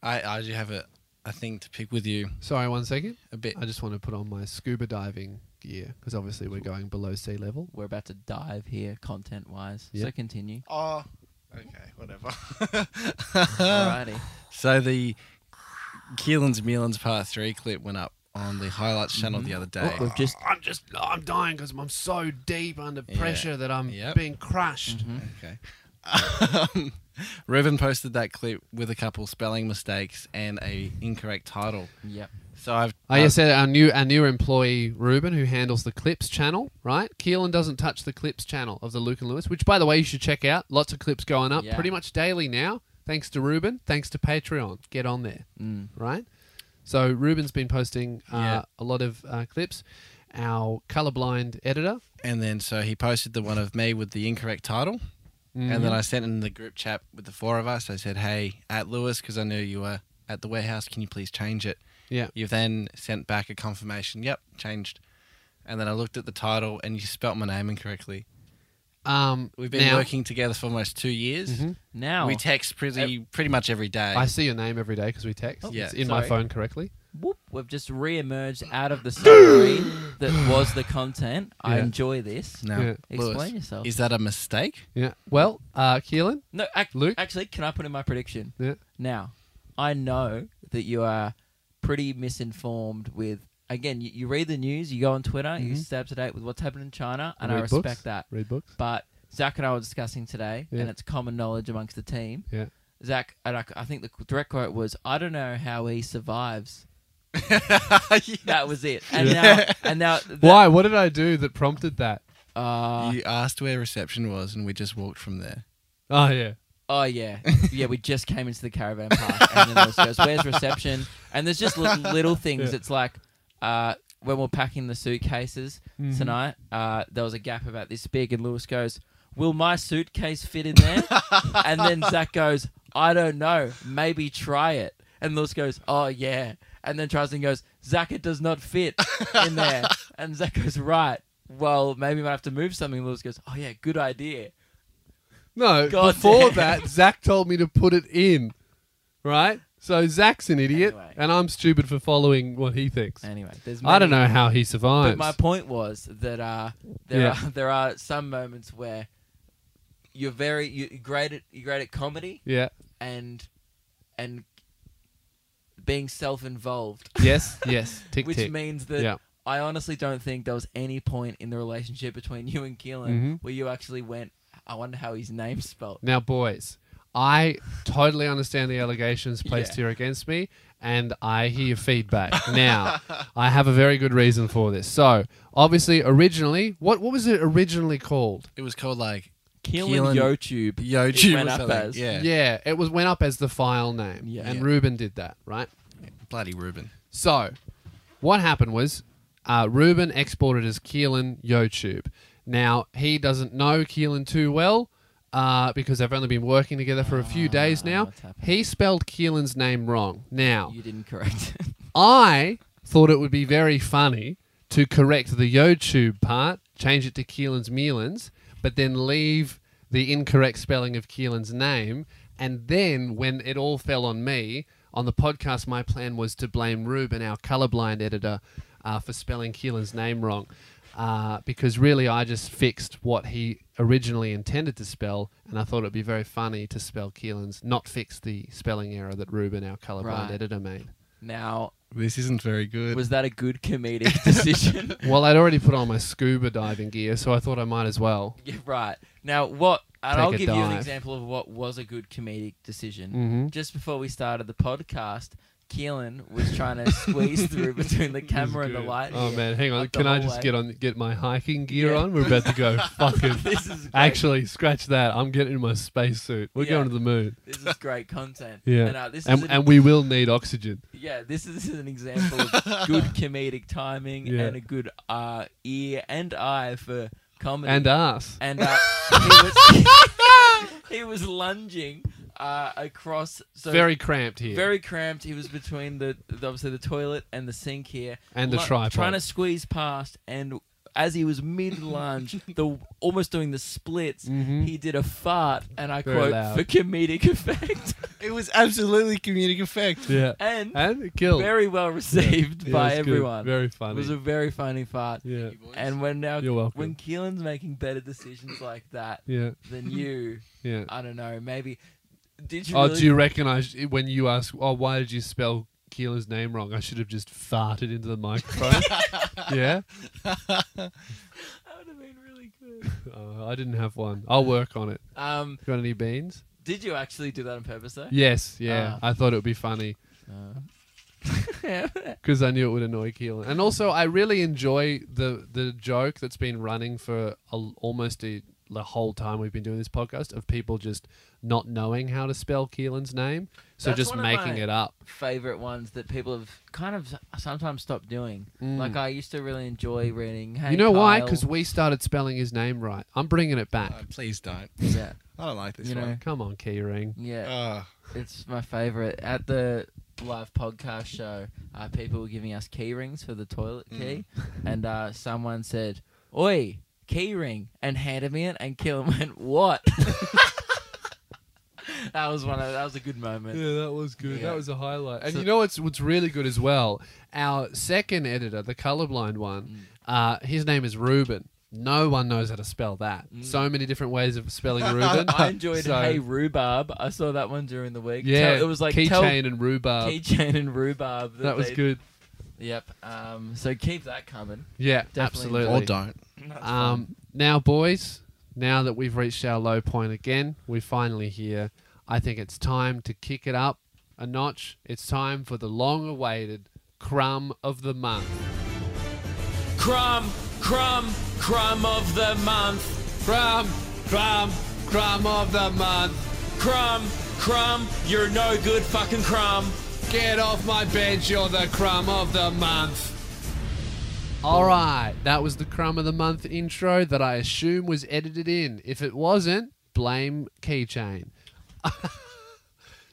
Speaker 3: I I do have a, a thing to pick with you
Speaker 1: Sorry, one second.
Speaker 3: a bit.
Speaker 1: I just want to put on my scuba diving gear because obviously we're going below sea level.
Speaker 2: We're about to dive here, content wise.
Speaker 1: Yeah.
Speaker 2: So continue.
Speaker 3: Oh, okay, whatever.
Speaker 2: Alrighty.
Speaker 3: So the Keelan's Mealans Part Three clip went up on the highlights channel
Speaker 2: Mm-hmm.
Speaker 3: the other day.
Speaker 2: We've just.
Speaker 1: I'm just, I'm dying because I'm so deep under
Speaker 3: Yeah.
Speaker 1: pressure that I'm
Speaker 3: Yep.
Speaker 1: being crushed.
Speaker 2: Mm-hmm.
Speaker 3: Okay. Um, Revan posted that clip with a couple spelling mistakes and a incorrect title.
Speaker 2: Yep.
Speaker 3: So I've.
Speaker 1: I Oh, yes, our new our new employee Ruben, who handles the clips channel, right? Keelan doesn't touch the clips channel of the Luke and Lewis, which by the way you should check out. Lots of clips going up
Speaker 2: Yeah.
Speaker 1: pretty much daily now, thanks to Ruben, thanks to Patreon. Get on there,
Speaker 2: Mm.
Speaker 1: right? So Ruben's been posting uh,
Speaker 2: Yeah.
Speaker 1: a lot of uh, clips. Our colorblind editor,
Speaker 3: And then so he posted the one of me with the incorrect title. And
Speaker 1: Mm-hmm.
Speaker 3: then I sent in the group chat with the four of us. I said, hey, at Lewis, because I knew you were at the warehouse, can you please change it?
Speaker 1: yeah,
Speaker 3: You've then sent back a confirmation, yep, changed. And then I looked at the title and you spelt my name incorrectly.
Speaker 1: um,
Speaker 3: We've been
Speaker 1: now-
Speaker 3: working together for almost two years.
Speaker 1: Mhm.
Speaker 2: Now,
Speaker 3: We text pretty, pretty much every day.
Speaker 1: I see your name every day because we text.
Speaker 3: Oh, Yeah.
Speaker 1: it's in my
Speaker 2: sorry.
Speaker 1: phone correctly.
Speaker 2: whoop, we've just re-emerged out of the submarine that was the content. I
Speaker 1: Yeah.
Speaker 2: enjoy this.
Speaker 3: no.
Speaker 1: Yeah.
Speaker 3: Lewis,
Speaker 2: Explain yourself.
Speaker 3: Is that a mistake?
Speaker 1: Yeah. Well, uh, Keelan,
Speaker 2: No, ac-
Speaker 1: Luke?
Speaker 2: actually, can I put in my prediction?
Speaker 1: Yeah.
Speaker 2: Now, I know that you are pretty misinformed with, again, you, you read the news, you go on Twitter, you
Speaker 1: Mhm.
Speaker 2: stay up to date with what's happening in China, and I
Speaker 1: Read
Speaker 2: respect
Speaker 1: books?
Speaker 2: that.
Speaker 1: read books.
Speaker 2: But Zach and I were discussing today,
Speaker 1: Yeah.
Speaker 2: and it's common knowledge amongst the team.
Speaker 1: Yeah.
Speaker 2: Zach, and I, I think the direct quote was, I don't know how he survives. That was it. And now, and now that-
Speaker 1: Why? What did I do that prompted that?
Speaker 2: Uh,
Speaker 3: you asked where reception was and we just walked from there.
Speaker 1: Oh yeah.
Speaker 2: Oh yeah, yeah. We just came into the caravan park, and then Lewis goes, "Where's reception?" And there's just li- little things.
Speaker 1: Yeah.
Speaker 2: It's like uh, when we're packing the suitcases
Speaker 1: Mm-hmm.
Speaker 2: tonight, uh, there was a gap about this big, and Lewis goes, "Will my suitcase fit in there?" and then Zach goes, "I don't know. Maybe try it." And Lewis goes, "Oh yeah," and then tries and goes, "Zach, it does not fit in there." and Zach goes, "Right." Well, maybe we might have to move something. Lewis goes, "Oh yeah, good idea."
Speaker 1: No,
Speaker 2: God
Speaker 1: before
Speaker 2: damn.
Speaker 1: that, Zach told me to put it in. Right? So Zach's an idiot,
Speaker 2: Anyway.
Speaker 1: and I'm stupid for following what he thinks.
Speaker 2: Anyway, there's
Speaker 1: I don't
Speaker 2: many-
Speaker 1: know how he
Speaker 2: But
Speaker 1: survives.
Speaker 2: my point was that uh, there
Speaker 1: Yeah.
Speaker 2: are there are some moments where you're very you you're great at you're great at comedy
Speaker 1: yeah.
Speaker 2: and and being self-involved,
Speaker 1: Yes. Yes. Tick
Speaker 2: which
Speaker 1: tick.
Speaker 2: means that
Speaker 1: Yeah.
Speaker 2: I honestly don't think there was any point in the relationship between you and Keelan
Speaker 1: Mhm.
Speaker 2: where you actually went. I wonder how his name's spelled.
Speaker 1: Now, boys, I totally understand the allegations placed
Speaker 2: Yeah.
Speaker 1: here against me, and I hear feedback. now, I have a very good reason for this. So, obviously, originally, what what was it originally called?
Speaker 3: It was called like
Speaker 2: Keelan,
Speaker 3: Keelan-
Speaker 2: YouTube.
Speaker 3: Yoju
Speaker 2: went
Speaker 3: or
Speaker 2: up
Speaker 3: something.
Speaker 2: as-
Speaker 3: Yeah.
Speaker 1: Yeah, it was went up as the file name,
Speaker 2: Yeah.
Speaker 1: and
Speaker 3: Yeah.
Speaker 1: Ruben did that, right?
Speaker 3: Bloody Ruben.
Speaker 1: So, what happened was uh, Ruben exported as Keelan YoTube. Now, he doesn't know Keelan too well uh, because they've only been working together for a few days
Speaker 2: Ah,
Speaker 1: now.
Speaker 2: what's happened.
Speaker 1: He spelled Keelan's name wrong. Now,
Speaker 2: You didn't correct it.
Speaker 1: I thought it would be very funny to correct the YoTube part, change it to Keelan's Mealans, but then leave the incorrect spelling of Keelan's name. And then when it all fell on me on the podcast, my plan was to blame Ruben, our colorblind editor, uh, for spelling Keelan's name wrong. Uh, because really, I just fixed what he originally intended to spell, and I thought it'd be very funny to spell Keelan's, not fix the spelling error that Ruben, our colorblind
Speaker 2: Right.
Speaker 1: editor, made.
Speaker 2: Now,
Speaker 3: This isn't very good.
Speaker 2: was that a good comedic decision?
Speaker 1: Well, I'd already put on my scuba diving gear, so I thought I might as well.
Speaker 2: Yeah, right. Now, what, and
Speaker 1: Take
Speaker 2: I'll
Speaker 1: a
Speaker 2: give you an
Speaker 1: dive.
Speaker 2: example of what was a good comedic decision.
Speaker 1: Mm-hmm.
Speaker 2: Just before we started the podcast, Keelan was trying to squeeze through between the camera and the light.
Speaker 1: Oh
Speaker 2: here
Speaker 1: man, hang on.
Speaker 2: up the
Speaker 1: Can I just
Speaker 2: hallway.
Speaker 1: get on, get my hiking gear
Speaker 2: Yeah.
Speaker 1: on? We're about to go fucking.
Speaker 2: This is great.
Speaker 1: Actually, scratch that. I'm getting in my spacesuit. We're
Speaker 2: Yeah.
Speaker 1: going to the moon,
Speaker 2: This is great content.
Speaker 1: Yeah.
Speaker 2: And, uh, this is
Speaker 1: and
Speaker 2: an-
Speaker 1: and we will need oxygen.
Speaker 2: yeah, this is an example of good comedic timing
Speaker 1: Yeah.
Speaker 2: and a good uh, ear and eye for comedy.
Speaker 1: And us.
Speaker 2: and uh, he, was, he was lunging uh, across. So
Speaker 1: very cramped here.
Speaker 2: Very cramped. He was between the, the obviously the toilet and the sink here,
Speaker 1: And the
Speaker 2: Lu-
Speaker 1: tripod.
Speaker 2: trying to squeeze past. And as he was mid lunge, the almost doing the splits,
Speaker 1: Mhm.
Speaker 2: he did a fart, and I
Speaker 1: Very
Speaker 2: quote
Speaker 1: loud.
Speaker 2: for comedic effect,
Speaker 3: It was absolutely comedic effect.
Speaker 1: yeah.
Speaker 2: and
Speaker 1: And it killed.
Speaker 2: very well received
Speaker 1: Yeah,
Speaker 2: by
Speaker 1: it was good.
Speaker 2: everyone.
Speaker 1: Very
Speaker 2: it
Speaker 1: funny.
Speaker 2: was a very funny fart.
Speaker 1: yeah.
Speaker 2: And when now
Speaker 1: You're welcome.
Speaker 2: when Keelan's making better decisions like that
Speaker 1: Yeah.
Speaker 2: than you,
Speaker 1: Yeah.
Speaker 2: I don't know. Maybe did you?
Speaker 1: Oh,
Speaker 2: really
Speaker 1: do you reckon I? Sh- when you ask, oh, why did you spell Keelan's name wrong? I should have just farted into the microphone. yeah.
Speaker 2: That would have been really good.
Speaker 1: Uh, I didn't have one. I'll work on it.
Speaker 2: Um,
Speaker 1: Got any beans?
Speaker 2: did you actually do that on purpose though?
Speaker 1: Yes, yeah.
Speaker 2: Ah.
Speaker 1: I thought it would be funny.
Speaker 2: No.
Speaker 1: because I knew it would annoy Keelan. And also, I really enjoy the the joke that's been running for a, almost a, the whole time we've been doing this podcast of people just not knowing how to spell Keelan's name, so
Speaker 2: That's
Speaker 1: just
Speaker 2: one of
Speaker 1: making
Speaker 2: my-
Speaker 1: it up.
Speaker 2: favorite ones that people have kind of s- sometimes stopped doing.
Speaker 1: Mm.
Speaker 2: Like I used to really enjoy reading. Hey,
Speaker 1: you know why?
Speaker 2: Kyle."
Speaker 1: Because we started spelling his name right. I'm bringing it back.
Speaker 3: Uh, please don't.
Speaker 2: yeah,
Speaker 3: I don't like this
Speaker 2: You
Speaker 3: one. Uh,
Speaker 2: know.
Speaker 1: Come on, Keyring.
Speaker 2: yeah,
Speaker 3: Ugh.
Speaker 2: it's my favorite. At the live podcast show, uh, people were giving us key rings for the toilet
Speaker 1: Mm.
Speaker 2: key, and uh, someone said, "Oi, key ring," and handed me it, and Killam went, "What?" that was one. Of, that was a good moment.
Speaker 1: Yeah, that was good.
Speaker 2: Yeah.
Speaker 1: That was a highlight. And
Speaker 2: So-
Speaker 1: you know what's what's really good as well? Our second editor, the colorblind
Speaker 2: Mm.
Speaker 1: one, uh, his name is Ruben. No one knows how to spell that. So many different ways of spelling Ruben.
Speaker 2: Mm. I enjoyed
Speaker 1: So,
Speaker 2: Hey Rhubarb. I saw that one during the week.
Speaker 1: Yeah,
Speaker 2: Tell- it was like
Speaker 1: keychain
Speaker 2: tell
Speaker 1: and rhubarb.
Speaker 2: keychain and rhubarb.
Speaker 1: that was
Speaker 2: they-
Speaker 1: good.
Speaker 2: Yep. Um, so keep that coming.
Speaker 1: Yeah,
Speaker 2: Definitely.
Speaker 1: absolutely.
Speaker 3: Or don't.
Speaker 1: Um, now, boys, now that we've reached our low point again, we're finally here. I think it's time to kick it up a notch. It's time for the long awaited crumb of the month.
Speaker 2: Crumb, crumb, crumb of the month.
Speaker 1: Crumb, crumb, crumb of the month.
Speaker 2: Crumb, crumb, you're no good fucking crumb.
Speaker 1: Get off my bench, you're the crumb of the month. All right, that was the crumb of the month intro that I assume was edited in. If it wasn't, blame Keychain.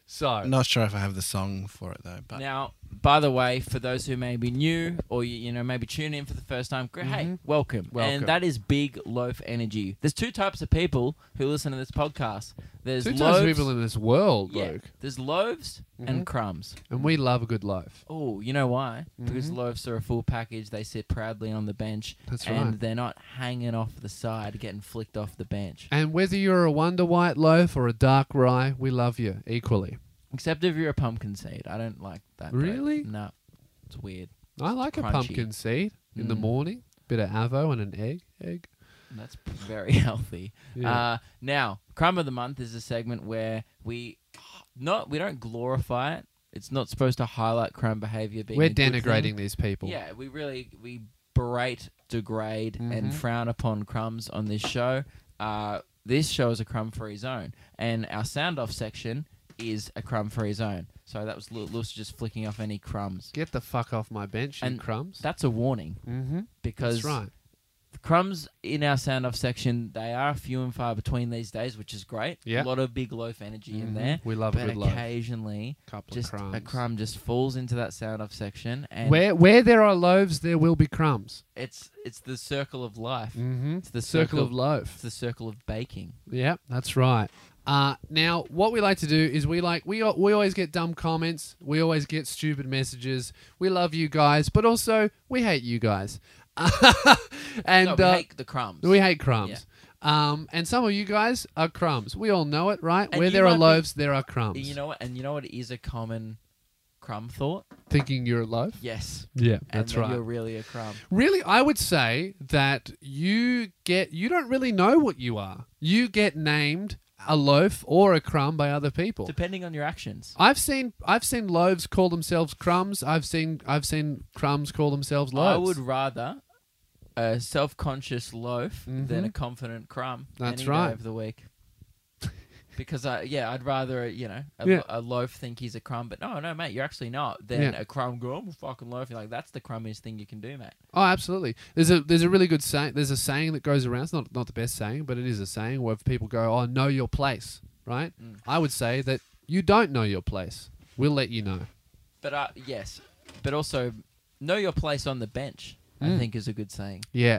Speaker 1: so,
Speaker 3: I'm not sure if I have the song for it though. But
Speaker 2: Now, by the way, for those who may be new or you, you know maybe tune in for the first time, gr- hey, Mm-hmm. welcome.
Speaker 1: Welcome.
Speaker 2: And that is Big Loaf Energy. There's two types of people who listen to this podcast. There's
Speaker 1: two types
Speaker 2: loaves,
Speaker 1: of people in this world,
Speaker 2: yeah,
Speaker 1: Luke,
Speaker 2: There's loaves and crumbs.
Speaker 1: and we love a good loaf.
Speaker 2: Oh, you know why? Because loaves are a full package. They sit proudly on the bench.
Speaker 1: Mm-hmm. That's
Speaker 2: and
Speaker 1: right.
Speaker 2: they're not hanging off the side, getting flicked off the bench.
Speaker 1: And whether you're a Wonder White loaf or a dark rye, we love you equally.
Speaker 2: Except if you're a pumpkin seed. I don't like that. bread.
Speaker 1: Really?
Speaker 2: No. It's weird.
Speaker 1: I like a
Speaker 2: Crunchy.
Speaker 1: pumpkin seed in the
Speaker 2: Mm.
Speaker 1: morning, bit of avo and an egg. Egg.
Speaker 2: That's very healthy.
Speaker 1: Yeah.
Speaker 2: Uh, now, crumb of the month is a segment where we not we don't glorify it. It's not supposed to highlight crumb behavior being
Speaker 1: We're
Speaker 2: a good thing.
Speaker 1: denigrating these people.
Speaker 2: Yeah, we really we berate, degrade,
Speaker 1: Mhm.
Speaker 2: and frown upon crumbs on this show. Uh, this show is a crumb-free zone, and our sound-off section is a crumb-free zone. So that was Lu- Lucy just flicking off any crumbs.
Speaker 1: Get the fuck off my bench, you
Speaker 2: And
Speaker 1: crumbs.
Speaker 2: That's a warning
Speaker 1: mm-hmm.
Speaker 2: because
Speaker 1: That's right.
Speaker 2: crumbs in our sound-off section they are few and far between these days, which is great.
Speaker 1: Yeah.
Speaker 2: a lot of big loaf energy in
Speaker 1: Mhm.
Speaker 2: there.
Speaker 1: We love a
Speaker 2: But
Speaker 1: good loaf.
Speaker 2: occasionally,
Speaker 1: Couple
Speaker 2: just
Speaker 1: of crumbs.
Speaker 2: a crumb just falls into that sound-off section, and
Speaker 1: Where where there are loaves, there will be crumbs.
Speaker 2: it's it's the circle of life.
Speaker 1: Mm-hmm.
Speaker 2: It's the
Speaker 1: Circle of
Speaker 2: It's
Speaker 1: loaf.
Speaker 2: the circle of baking.
Speaker 1: Yeah, that's right. Uh, now, what we like to do is we like we al- we always get dumb comments. We always get stupid messages. We love you guys, but also we hate you guys. and
Speaker 2: no, we
Speaker 1: uh,
Speaker 2: hate the crumbs.
Speaker 1: we hate crumbs. Um, and some of you guys are crumbs. We all know it, right?
Speaker 2: And
Speaker 1: Where
Speaker 2: you
Speaker 1: there are
Speaker 2: might be-
Speaker 1: loaves, there are crumbs.
Speaker 2: you know what? And you know what is a common crumb thought?
Speaker 1: thinking you're a loaf.
Speaker 2: Yes,
Speaker 1: Yeah,
Speaker 2: and
Speaker 1: that's
Speaker 2: that
Speaker 1: right.
Speaker 2: You're really a crumb.
Speaker 1: Really, I would say that you get you don't really know what you are. You get named a loaf or a crumb by other people.
Speaker 2: Depending on your actions.
Speaker 1: I've seen I've seen loaves call themselves crumbs. I've seen I've seen crumbs call themselves loaves.
Speaker 2: I would rather a self-conscious loaf than
Speaker 1: Mhm.
Speaker 2: a confident crumb.
Speaker 1: That's
Speaker 2: any day
Speaker 1: right.
Speaker 2: Of the week. Because I yeah I'd rather you know a,
Speaker 1: Yeah.
Speaker 2: a loaf think he's a crumb but no no mate you're actually not than
Speaker 1: Yeah.
Speaker 2: a crumb go I'm a fucking loaf you're like that's the crummiest thing you can do mate
Speaker 1: Oh, absolutely. There's a there's a really good saying. There's a saying that goes around. It's not not the best saying, but it is a saying where people go, "Oh, know your place." Right?
Speaker 2: Mm.
Speaker 1: I would say that you don't know your place. We'll let you know.
Speaker 2: but uh yes but also know your place on the bench I
Speaker 1: Mm.
Speaker 2: think is a good saying
Speaker 1: Yeah.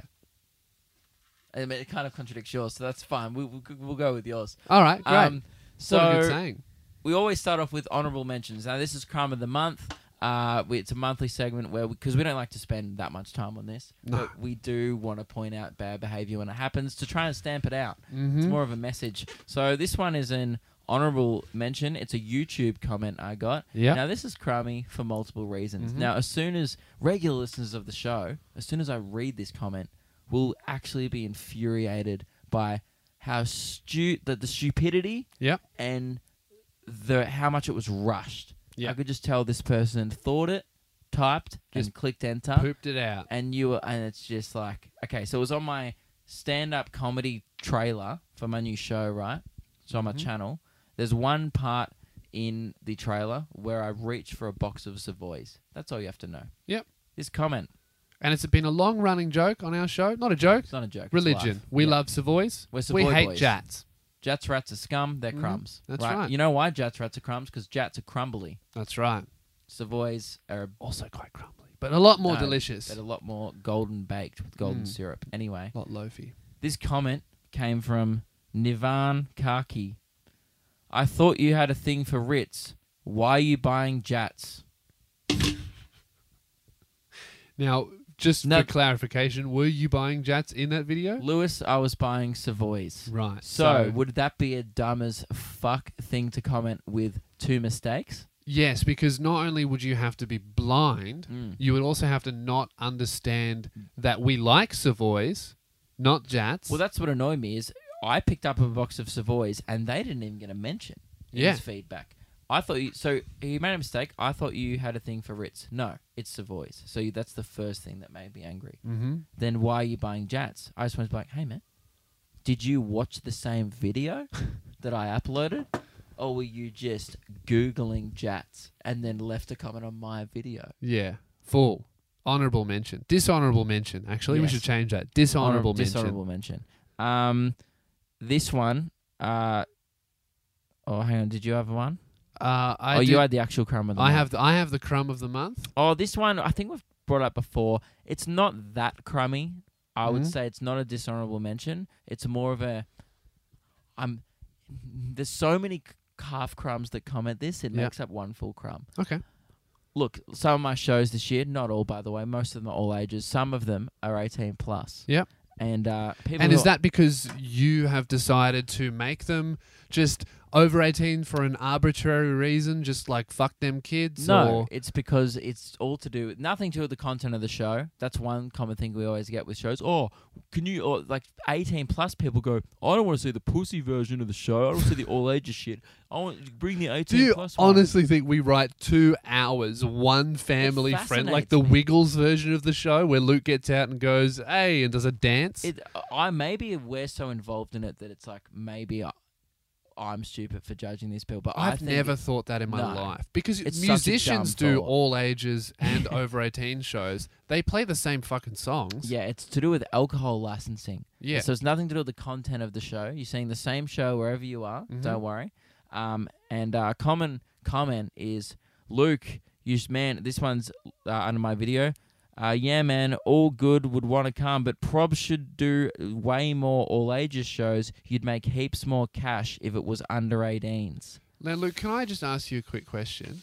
Speaker 2: I mean, it kind of contradicts yours, so that's fine. We, we, we'll go with yours.
Speaker 1: All right. Great.
Speaker 2: Um,
Speaker 1: what a good
Speaker 2: so
Speaker 1: saying.
Speaker 2: we always start off with honorable mentions. Now, this is crime of the month. Uh, we, it's a monthly segment where because we, don't like to spend that much time on this,
Speaker 1: No.
Speaker 2: but we do want to point out bad behavior when it happens to try and stamp it out. It's
Speaker 1: Mhm.
Speaker 2: more of a message. So this one is an honorable mention. It's a YouTube comment I got.
Speaker 1: Yeah.
Speaker 2: Now this is crummy for multiple reasons.
Speaker 1: Mhm.
Speaker 2: Now as soon as regular listeners of the show, as soon as I read this comment, will actually be infuriated by how stu- the, the stupidity
Speaker 1: Yep.
Speaker 2: and the how much it was rushed.
Speaker 3: Yeah.
Speaker 2: I could just tell this person thought it, typed,
Speaker 1: Just
Speaker 2: and clicked enter,
Speaker 1: Pooped it out.
Speaker 2: and you were, and it's just like okay. So it was on my stand-up comedy trailer for my new show, right? It's on my
Speaker 1: Mhm.
Speaker 2: channel. There's one part in the trailer where I reach for a box of Savoys. That's all you have to know.
Speaker 1: Yep.
Speaker 2: This comment.
Speaker 1: And it's been a long running joke on our show. Not a joke.
Speaker 2: It's not a joke. it's
Speaker 1: Religion.
Speaker 2: life.
Speaker 1: We
Speaker 2: Yeah.
Speaker 1: love Savoys.
Speaker 2: We're
Speaker 1: we
Speaker 2: Savoy
Speaker 1: hate
Speaker 2: boys.
Speaker 1: Jats.
Speaker 2: Jats rats are scum. They're
Speaker 1: Mhm,
Speaker 2: crumbs.
Speaker 1: that's right.
Speaker 2: You know why Jats rats are crumbs? Because Jats are crumbly.
Speaker 1: That's right.
Speaker 2: Savoys are
Speaker 1: Also quite crumbly, but a lot more
Speaker 2: No,
Speaker 1: delicious.
Speaker 2: but a lot more golden baked with golden
Speaker 1: Mm.
Speaker 2: syrup. Anyway,
Speaker 1: lot loafy.
Speaker 2: this comment came from Nivan Kaki. I thought you had a thing for Ritz. Why are you buying Jats?
Speaker 1: Now, just
Speaker 2: No.
Speaker 1: for clarification, were you buying Jats in that video?
Speaker 2: Lewis, I was buying Savoys.
Speaker 1: Right.
Speaker 2: So, would that be a dumb as fuck thing to comment with two mistakes?
Speaker 1: yes, because not only would you have to be blind,
Speaker 2: Mm.
Speaker 1: you would also have to not understand that we like Savoys, not Jats.
Speaker 2: Well, that's what annoyed me is I picked up a box of Savoys and they didn't even get a mention in
Speaker 1: Yeah.
Speaker 2: his feedback. I thought you, so he made a mistake. I thought you had a thing for Ritz. No, it's Savoys. So you, that's the first thing that made me angry.
Speaker 1: mm-hmm.
Speaker 2: Then why are you buying Jats? I just was like, hey man, did you watch the same video that I uploaded, or were you just googling Jats and then left a comment on my video?
Speaker 1: Yeah. Full. Honorable mention. Dishonorable mention. Actually,
Speaker 2: Yes.
Speaker 1: we should change that. Dishonorable
Speaker 2: Honor-
Speaker 1: mention.
Speaker 2: Dishonorable mention. Um, this one. Uh, oh, hang on. Did you have one?
Speaker 1: Uh, I
Speaker 2: oh,
Speaker 1: do-
Speaker 2: you had the actual crumb of the
Speaker 1: I
Speaker 2: month.
Speaker 1: have the, I have the crumb of the month.
Speaker 2: Oh, this one. I think we've brought up before. It's not that crummy. I would
Speaker 1: Mhm.
Speaker 2: say it's not a dishonorable mention. It's more of a. I'm. There's so many c- half crumbs that come at this. It
Speaker 1: Yeah.
Speaker 2: makes up one full crumb
Speaker 1: Okay.
Speaker 2: look, some of my shows this year, not all by the way, most of them are all ages. Some of them are eighteen plus.
Speaker 1: Yep.
Speaker 2: And uh people
Speaker 1: And
Speaker 2: who
Speaker 1: is
Speaker 2: are-
Speaker 1: that because you have decided to make them just over 18 for an arbitrary reason, just like fuck them kids?
Speaker 2: no,
Speaker 1: Or,
Speaker 2: it's because it's all to do nothing to do with the content of the show. That's one common thing we always get with shows. Oh, can you or like eighteen plus people go? I don't want to see the pussy version of the show. I don't want to see the all ages shit. I want bring the
Speaker 1: do
Speaker 2: eighteen
Speaker 1: you
Speaker 2: plus. one."
Speaker 1: honestly think we write two hours, one family friend, like
Speaker 2: fascinates
Speaker 1: the
Speaker 2: me.
Speaker 1: Wiggles version of the show where Luke gets out and goes, hey, and does a dance?
Speaker 2: It, I maybe we're so involved in it that it's like maybe I, I'm stupid for judging these people, but I
Speaker 1: I've
Speaker 2: think
Speaker 1: never thought that in my
Speaker 2: no.
Speaker 1: life because
Speaker 2: It's such a
Speaker 1: musicians
Speaker 2: dumb
Speaker 1: do
Speaker 2: thought.
Speaker 1: all ages and over 18 shows. They play the same fucking songs.
Speaker 2: Yeah, it's to do with alcohol licensing.
Speaker 1: Yeah.
Speaker 2: So it's nothing to do with the content of the show. You're seeing the same show wherever you are.
Speaker 1: Mhm.
Speaker 2: Don't worry. Um, and uh, common comment is Luke, you s- man. This one's uh, under my video. Uh, yeah, man. All good would want to come, but prob should do way more all ages shows. You'd make heaps more cash if it was under 18s.
Speaker 1: Now, Luke, can I just ask you a quick question?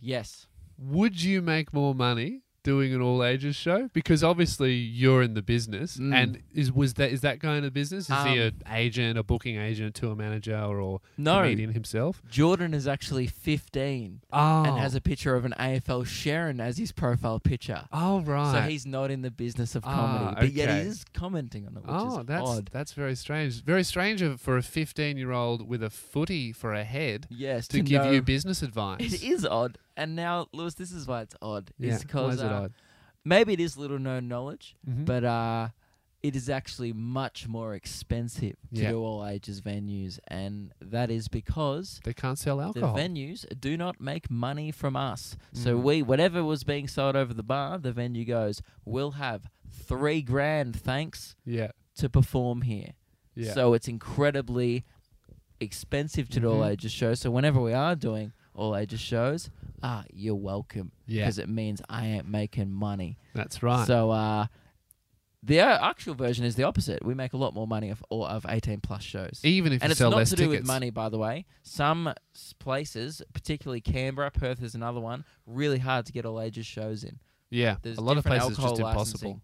Speaker 2: yes.
Speaker 1: would you make more money doing an all ages show? Because obviously you're in the business,
Speaker 2: Mm.
Speaker 1: and is was that is that guy in the business? Is he
Speaker 2: Um,
Speaker 1: an agent, a booking agent, a tour manager, or
Speaker 2: No.
Speaker 1: comedian himself?
Speaker 2: Jordan is actually 15
Speaker 1: Oh,
Speaker 2: and has a picture of an AFL Sharon as his profile picture.
Speaker 1: oh right.
Speaker 2: So he's not in the business of comedy,
Speaker 1: Ah,
Speaker 2: but yet
Speaker 1: okay.
Speaker 2: he is commenting on it, which
Speaker 1: oh,
Speaker 2: is
Speaker 1: that's
Speaker 2: odd.
Speaker 1: that's very strange. Very strange of- for a fifteen-year-old with a footy for a head
Speaker 2: Yes,
Speaker 1: to, give
Speaker 2: know-
Speaker 1: you business advice.
Speaker 2: It is odd, and now Lewis, this is why it's odd.
Speaker 1: Yeah.
Speaker 2: It's
Speaker 1: Why
Speaker 2: because uh,
Speaker 1: is it odd?
Speaker 2: maybe it is little known knowledge,
Speaker 1: Mhm.
Speaker 2: but uh, it is actually much more expensive to
Speaker 1: Yeah.
Speaker 2: do all ages venues, and that is because
Speaker 1: they can't sell alcohol.
Speaker 2: the venues do not make money from us. So
Speaker 1: Mhm.
Speaker 2: we, whatever was being sold over the bar, the venue goes, we'll have three grand, thanks,
Speaker 1: yeah,
Speaker 2: to perform here.
Speaker 1: yeah.
Speaker 2: So it's incredibly expensive to do all
Speaker 1: Mhm.
Speaker 2: ages shows. So whenever we are doing all ages shows, ah, you're welcome.
Speaker 1: Yeah.
Speaker 2: Because it means I ain't making money.
Speaker 1: that's right.
Speaker 2: So uh the uh, actual version is the opposite. We make a lot more money of all of eighteen plus shows.
Speaker 1: Even if
Speaker 2: and
Speaker 1: you
Speaker 2: it's
Speaker 1: sell
Speaker 2: not
Speaker 1: less
Speaker 2: to do
Speaker 1: tickets,
Speaker 2: with money, by the way. Some s- places, particularly Canberra, Perth is another one, really hard to get all ages shows in.
Speaker 1: yeah,
Speaker 2: There's
Speaker 1: a lot of
Speaker 2: different
Speaker 1: places
Speaker 2: alcohol
Speaker 1: just impossible.
Speaker 2: licensing,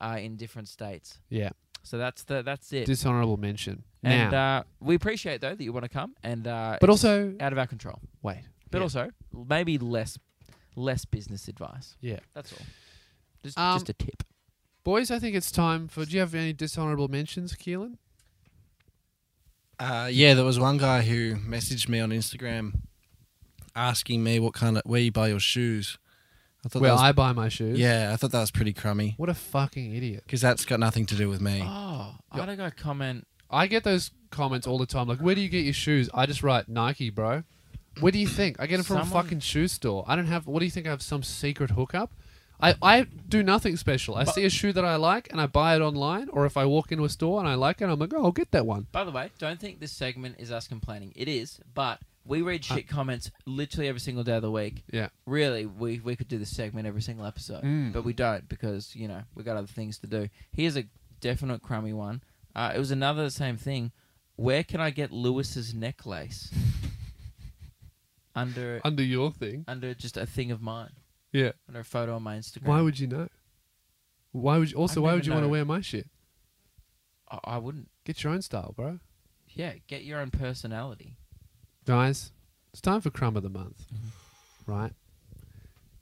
Speaker 2: Uh, in different states.
Speaker 1: Yeah,
Speaker 2: So that's the that's it.
Speaker 1: dishonorable mention.
Speaker 2: And
Speaker 1: now,
Speaker 2: uh, we appreciate though that you want to come, and uh,
Speaker 1: but
Speaker 2: it's
Speaker 1: also
Speaker 2: out of our control.
Speaker 1: wait.
Speaker 2: But
Speaker 1: Yeah.
Speaker 2: also maybe less less business advice.
Speaker 1: Yeah.
Speaker 2: That's all. Just
Speaker 1: Um,
Speaker 2: just a tip.
Speaker 1: Boys, I think it's time for. Do you have any dishonorable mentions, Keelan?
Speaker 3: Uh, yeah, there was one guy who messaged me on Instagram asking me what kind of where you buy your shoes. I thought
Speaker 1: Where
Speaker 3: that was,
Speaker 1: I buy my shoes.
Speaker 3: yeah, I thought that was pretty crummy
Speaker 1: What a fucking idiot.
Speaker 3: because that's got nothing to do with me.
Speaker 2: Oh, I don't got a comment.
Speaker 1: I get those comments all the time. Like, where do you get your shoes? I just write Nike, bro. Where do you think I get them from?
Speaker 2: Someone-
Speaker 1: A fucking shoe store. I don't have. What do you think? I have some secret hookup. I, I do nothing special. I see a shoe that I like and I buy it online, or if I walk into a store and I like it, I'm like, oh, I'll get that one.
Speaker 2: By the way, don't think this segment is us complaining. It is, but we read shit comments literally every single day of the week.
Speaker 1: Uh, Yeah.
Speaker 2: Really, we, we could do this segment every single episode,
Speaker 1: Mm.
Speaker 2: but we don't because, you know, we got other things to do. Here's a definite crummy one. Uh, it was another same thing. Where can I get Lewis's necklace? under
Speaker 1: Under your thing.
Speaker 2: under just a thing of mine.
Speaker 1: Yeah.
Speaker 2: Under a photo on my Instagram.
Speaker 1: Why would you know? Why would you, also?
Speaker 2: I'd
Speaker 1: Why
Speaker 2: never
Speaker 1: would you want to
Speaker 2: know.
Speaker 1: wear my shit?
Speaker 2: I, I wouldn't.
Speaker 1: Get your own style, bro.
Speaker 2: Yeah, get your own personality.
Speaker 1: Guys, it's time for crumb of the month, right?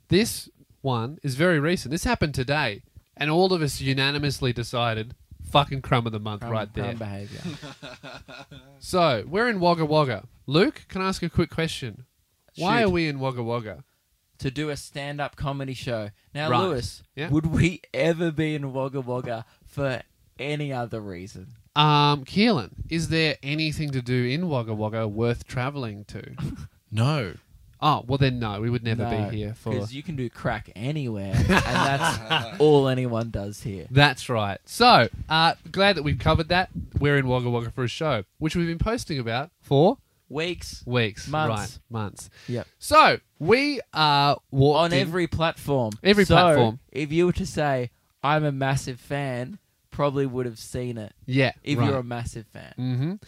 Speaker 1: This one is very recent. This happened today, and all of us unanimously decided fucking crumb of the month
Speaker 2: Crumb-
Speaker 1: right there.
Speaker 2: crumb behavior.
Speaker 1: So we're in Wagga Wagga. Luke, can I ask a quick question? Why
Speaker 2: Shoot.
Speaker 1: are we in Wagga Wagga?
Speaker 2: to do a stand-up comedy show. Now,
Speaker 1: Right.
Speaker 2: Lewis,
Speaker 1: Yeah.
Speaker 2: would we ever be in Wagga Wagga for any other reason?
Speaker 1: Um, Keelan, is there anything to do in Wagga Wagga worth travelling to?
Speaker 3: No,
Speaker 1: Oh, well then no, we would never
Speaker 2: No,
Speaker 1: be here for
Speaker 2: because you can do crack anywhere, and that's all anyone does here.
Speaker 1: That's right. So, uh, glad that we've covered that. We're in Wagga Wagga for a show, which we've been posting about for
Speaker 2: Weeks
Speaker 1: weeks,
Speaker 2: Months.
Speaker 1: right? Months.
Speaker 2: Yep.
Speaker 1: So we are walked
Speaker 2: on
Speaker 1: in-
Speaker 2: every platform.
Speaker 1: Every
Speaker 2: So,
Speaker 1: platform.
Speaker 2: If you were to say I'm a massive fan, probably would have seen it.
Speaker 1: yeah.
Speaker 2: If
Speaker 1: right.
Speaker 2: you're a Mm. massive fan,
Speaker 1: mm-hmm.
Speaker 2: You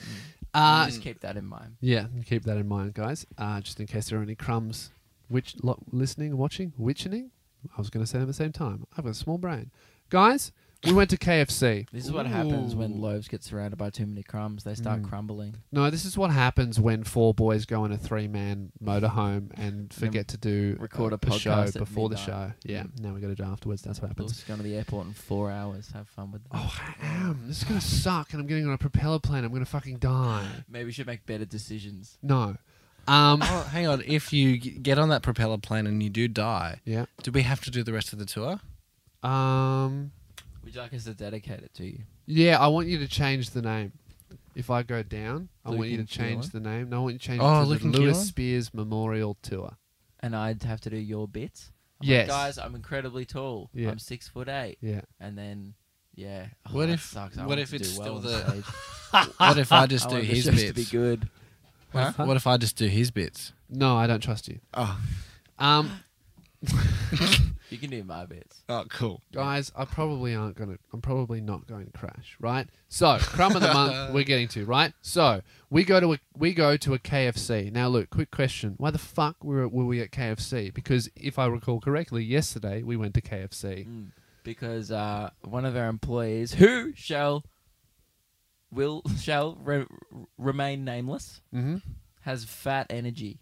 Speaker 1: uh,
Speaker 2: just keep that in mind.
Speaker 1: yeah, keep that in mind, guys. Uh, just in case there are any crumbs. Which lo- listening, watching, witchening. I was going to say them at the same time. I've got a small brain, guys. We went to KFC.
Speaker 2: This is what happens when
Speaker 1: Ooh. Mm.
Speaker 2: loaves get surrounded by too many crumbs. They start crumbling.
Speaker 1: No, this is what happens when four boys go on a three-man motorhome and forget to do uh,
Speaker 2: record a
Speaker 1: show
Speaker 2: podcast at
Speaker 1: before the
Speaker 2: midnight.
Speaker 1: show. Yeah, now we got to do it afterwards. That's what happens.
Speaker 2: Lewis is going to the airport in four hours. Have fun with. Them.
Speaker 1: Oh, I am. This is gonna suck, and I'm getting on a propeller plane. I'm gonna fucking die.
Speaker 2: Maybe we should make better decisions.
Speaker 1: No. Um.
Speaker 3: oh, hang on. If you g- get on that propeller plane and you do die,
Speaker 1: yeah.
Speaker 3: do we have to do the rest of the tour?
Speaker 1: Um.
Speaker 2: Would you like us to dedicate it to you?
Speaker 1: Yeah, I want you to change the name. If I go down, I
Speaker 2: Luke
Speaker 1: want you to
Speaker 2: and
Speaker 1: change
Speaker 2: Keelan?
Speaker 1: the name. No, I want you to change
Speaker 3: Oh,
Speaker 1: it to
Speaker 3: Luke
Speaker 1: the
Speaker 3: and
Speaker 1: Lewis
Speaker 3: Keelan?
Speaker 1: Spears Memorial Tour.
Speaker 2: And I'd have to do your bits. I'm
Speaker 1: Yes.
Speaker 2: Like, Guys, I'm incredibly tall.
Speaker 1: Yeah.
Speaker 2: I'm six foot eight.
Speaker 1: Yeah.
Speaker 2: And then, yeah. Oh,
Speaker 3: What
Speaker 2: that
Speaker 3: if-
Speaker 2: Sucks. I
Speaker 3: what
Speaker 2: want
Speaker 3: if
Speaker 2: to do
Speaker 3: it's
Speaker 2: well
Speaker 3: still
Speaker 2: on stage.
Speaker 3: What if I
Speaker 2: I
Speaker 3: just do
Speaker 2: want the
Speaker 3: his
Speaker 2: shows to be
Speaker 3: bits?
Speaker 2: good.
Speaker 3: Huh? What if I just do his bits?
Speaker 1: No, I don't trust you.
Speaker 3: Oh,
Speaker 1: Um,
Speaker 2: You can do my bits.
Speaker 3: oh, cool.
Speaker 1: guys, I probably aren't gonna. I'm probably not going to crash, right? So, crumb of the month we're getting to, right? So we go to a we go to a KFC. Now, Luke, quick question: Why the fuck were were we at KFC? Because if I recall correctly, yesterday we went to KFC.
Speaker 2: Mm. Because uh, one of our employees, who shall will shall re- remain nameless,
Speaker 1: Mm-hmm.
Speaker 2: has fat energy.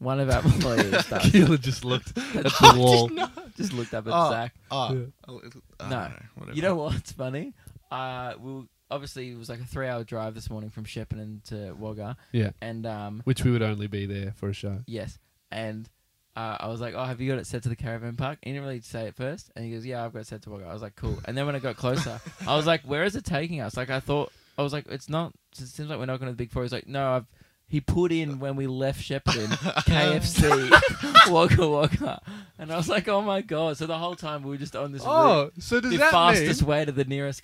Speaker 2: One of our employees does.
Speaker 1: Keelan just looked at the wall.
Speaker 2: Just looked up at
Speaker 3: Oh,
Speaker 2: Zach.
Speaker 3: Oh,
Speaker 1: Yeah.
Speaker 3: a little-
Speaker 2: No.
Speaker 3: I don't know, whatever.
Speaker 2: You know what's funny? Uh, we were- obviously it was like a three-hour drive this morning from Shepparton to Wagga,
Speaker 1: Yeah,
Speaker 2: and um,
Speaker 1: which we would only be there for a show.
Speaker 2: yes, and uh, I was like, "Oh, have you got it set to the caravan park?" And he didn't really say it first, and he goes, "Yeah, I've got it set to Wagga." I was like, "Cool," and then when I got closer, I was like, "Where is it taking us?" Like I thought, I was like, "It's not." It seems like we're not going to the Big Four. He's like, "No, I've." He put in when we left Shepparton, KFC, Wagga Wagga, and I was like, "Oh my god!" So the whole time we were just on this. route
Speaker 1: Oh, so does
Speaker 2: the
Speaker 1: that
Speaker 2: fastest
Speaker 1: mean?
Speaker 2: way to the nearest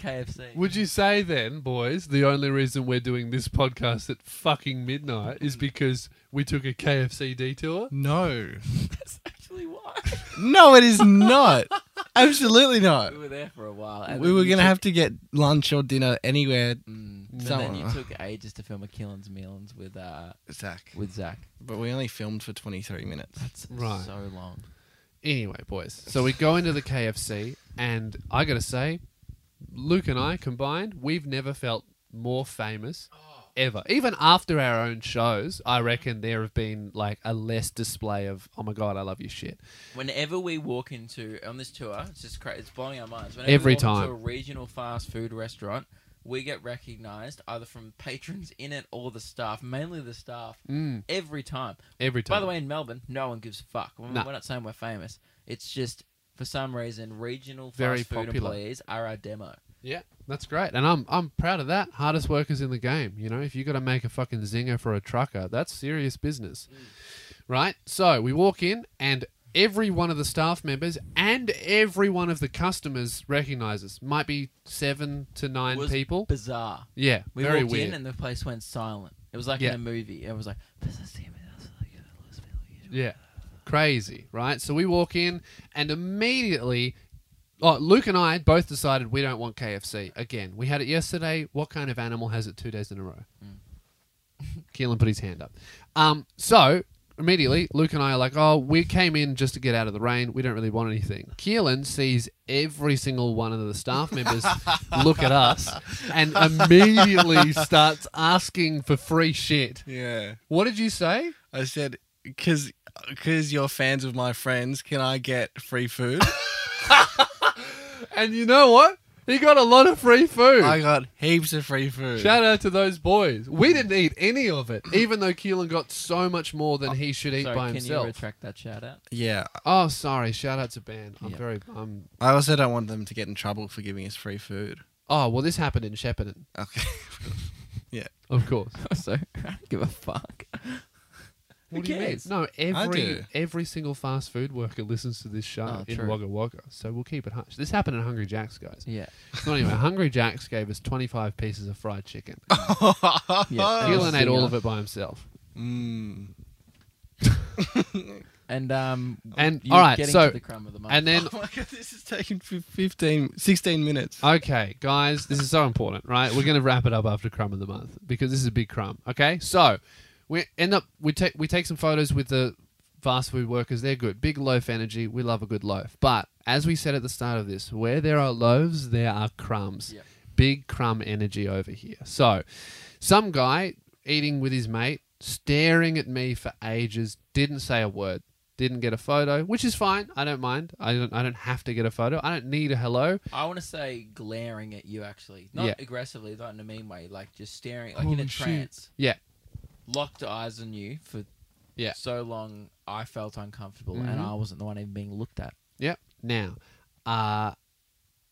Speaker 2: KFC.
Speaker 1: Would you say then, boys, the only reason we're doing this podcast at fucking midnight is because we took a KFC detour?
Speaker 3: No.
Speaker 2: That's actually why.
Speaker 3: No, it is not. Absolutely not.
Speaker 2: we were there for a while. And
Speaker 3: We were going to have to get lunch or dinner anywhere,
Speaker 2: Mm, and
Speaker 3: Someone-
Speaker 2: then you took ages to film a Killen's Meals with uh
Speaker 3: Zach.
Speaker 2: with Zach.
Speaker 3: But we only filmed for 23 minutes.
Speaker 2: That's
Speaker 1: Right.
Speaker 2: so long.
Speaker 1: Anyway, boys, so we go into the KFC, and I gotta say, Luke and I combined, we've never felt more famous ever. Even after our own shows, I reckon there have been like a less display of "Oh my god, I love you" shit.
Speaker 2: Whenever we walk into on this tour, it's just cra- it's blowing our minds. Whenever we
Speaker 1: Every
Speaker 2: walk into
Speaker 1: time.
Speaker 2: a regional fast food restaurant, we get recognized either from patrons in it or the staff, mainly the staff,
Speaker 1: Mm,
Speaker 2: every time.
Speaker 1: every time.
Speaker 2: By the way, in Melbourne, no one gives a fuck. We're,
Speaker 1: No.
Speaker 2: we're not saying we're famous. It's just for some reason regional
Speaker 1: Very
Speaker 2: fast food
Speaker 1: popular.
Speaker 2: employees are our demo.
Speaker 1: yeah, that's great, and I'm I'm proud of that. Hardest workers in the game. You know, if you got to make a fucking zinger for a trucker, that's serious business,
Speaker 2: Mm.
Speaker 1: right? So we walk in, and every one of the staff members and every one of the customers recognizes. Might be seven to nine
Speaker 2: Was
Speaker 1: people.
Speaker 2: Bizarre.
Speaker 1: Yeah,
Speaker 2: We
Speaker 1: very
Speaker 2: walked
Speaker 1: weird.
Speaker 2: in and the place went silent. It was like
Speaker 1: Yeah.
Speaker 2: in a movie. It was like
Speaker 1: Yeah. Crazy, right? So we walk in and immediately oh, Luke and I both decided we don't want KFC again. We had it yesterday. What kind of animal has it two days in a row? Keelan put his hand up. Um, so immediately, Luke and I are like, oh, we came in just to get out of the rain. We don't really want anything. Keelan sees every single one of the staff members look at us and immediately starts asking for free shit.
Speaker 3: Yeah.
Speaker 1: What did you say?
Speaker 3: I said, because because you're fans of my friends, can I get free food?
Speaker 1: And you know what? He got a lot of free food.
Speaker 3: I got heaps of free food.
Speaker 1: Shout out to those boys. We didn't eat any of it, even though Keelan got so much more than he should eat
Speaker 2: Sorry,
Speaker 1: by
Speaker 2: can
Speaker 1: himself.
Speaker 2: you retract that shout out?
Speaker 3: yeah.
Speaker 1: oh, sorry. Shout out to Ben. I'm
Speaker 2: Yeah.
Speaker 1: very. um, I'm.
Speaker 3: I also don't want them to get in trouble for giving us free food.
Speaker 1: Oh well, this happened in Shepparton,
Speaker 3: Okay.
Speaker 1: of course.
Speaker 2: so I don't give a fuck.
Speaker 1: What
Speaker 2: Who
Speaker 1: do you mean?
Speaker 2: cares?
Speaker 1: No, every
Speaker 3: do.
Speaker 1: every single fast food worker listens to this show
Speaker 2: Oh,
Speaker 1: in
Speaker 2: true.
Speaker 1: Wagga Wagga, so we'll keep it hush. This happened at Hungry Jack's, guys.
Speaker 2: Yeah.
Speaker 1: It's not even Hungry Jack's gave us 25 pieces of fried chicken.
Speaker 3: Oh,
Speaker 2: Yeah.
Speaker 1: Keelan ate all of it by himself.
Speaker 3: mm.
Speaker 2: And um
Speaker 1: And
Speaker 2: you
Speaker 1: all right,
Speaker 2: getting
Speaker 1: so
Speaker 2: to the crumb of the month.
Speaker 1: and then
Speaker 3: oh my god, this is taking fif- 15, 16
Speaker 2: Uh,
Speaker 3: minutes.
Speaker 1: Okay, guys, this is so important, right? We're going to wrap it up after crumb of the month because this is a big crumb. Okay, so we end up we take we take some photos with the fast food workers. They're good, big loaf energy. We love a good loaf, but as we said at the start of this, where there are loaves, there are crumbs.
Speaker 2: Yep.
Speaker 1: Big crumb energy over here. So, some guy eating with his mate, staring at me for ages, didn't say a word, didn't get a photo, which is fine. I don't mind. I don't. I don't have to get a photo. I don't need a hello.
Speaker 2: I want to say glaring at you actually, not
Speaker 1: Yeah.
Speaker 2: aggressively, not in a mean way, like just staring, like in
Speaker 1: Holy
Speaker 2: a
Speaker 1: shit.
Speaker 2: trance.
Speaker 1: Yeah.
Speaker 2: Locked eyes on you for
Speaker 1: Yeah.
Speaker 2: so long. I felt uncomfortable, and
Speaker 1: Mhm.
Speaker 2: I wasn't the one even being looked at.
Speaker 1: Yep. Now, uh,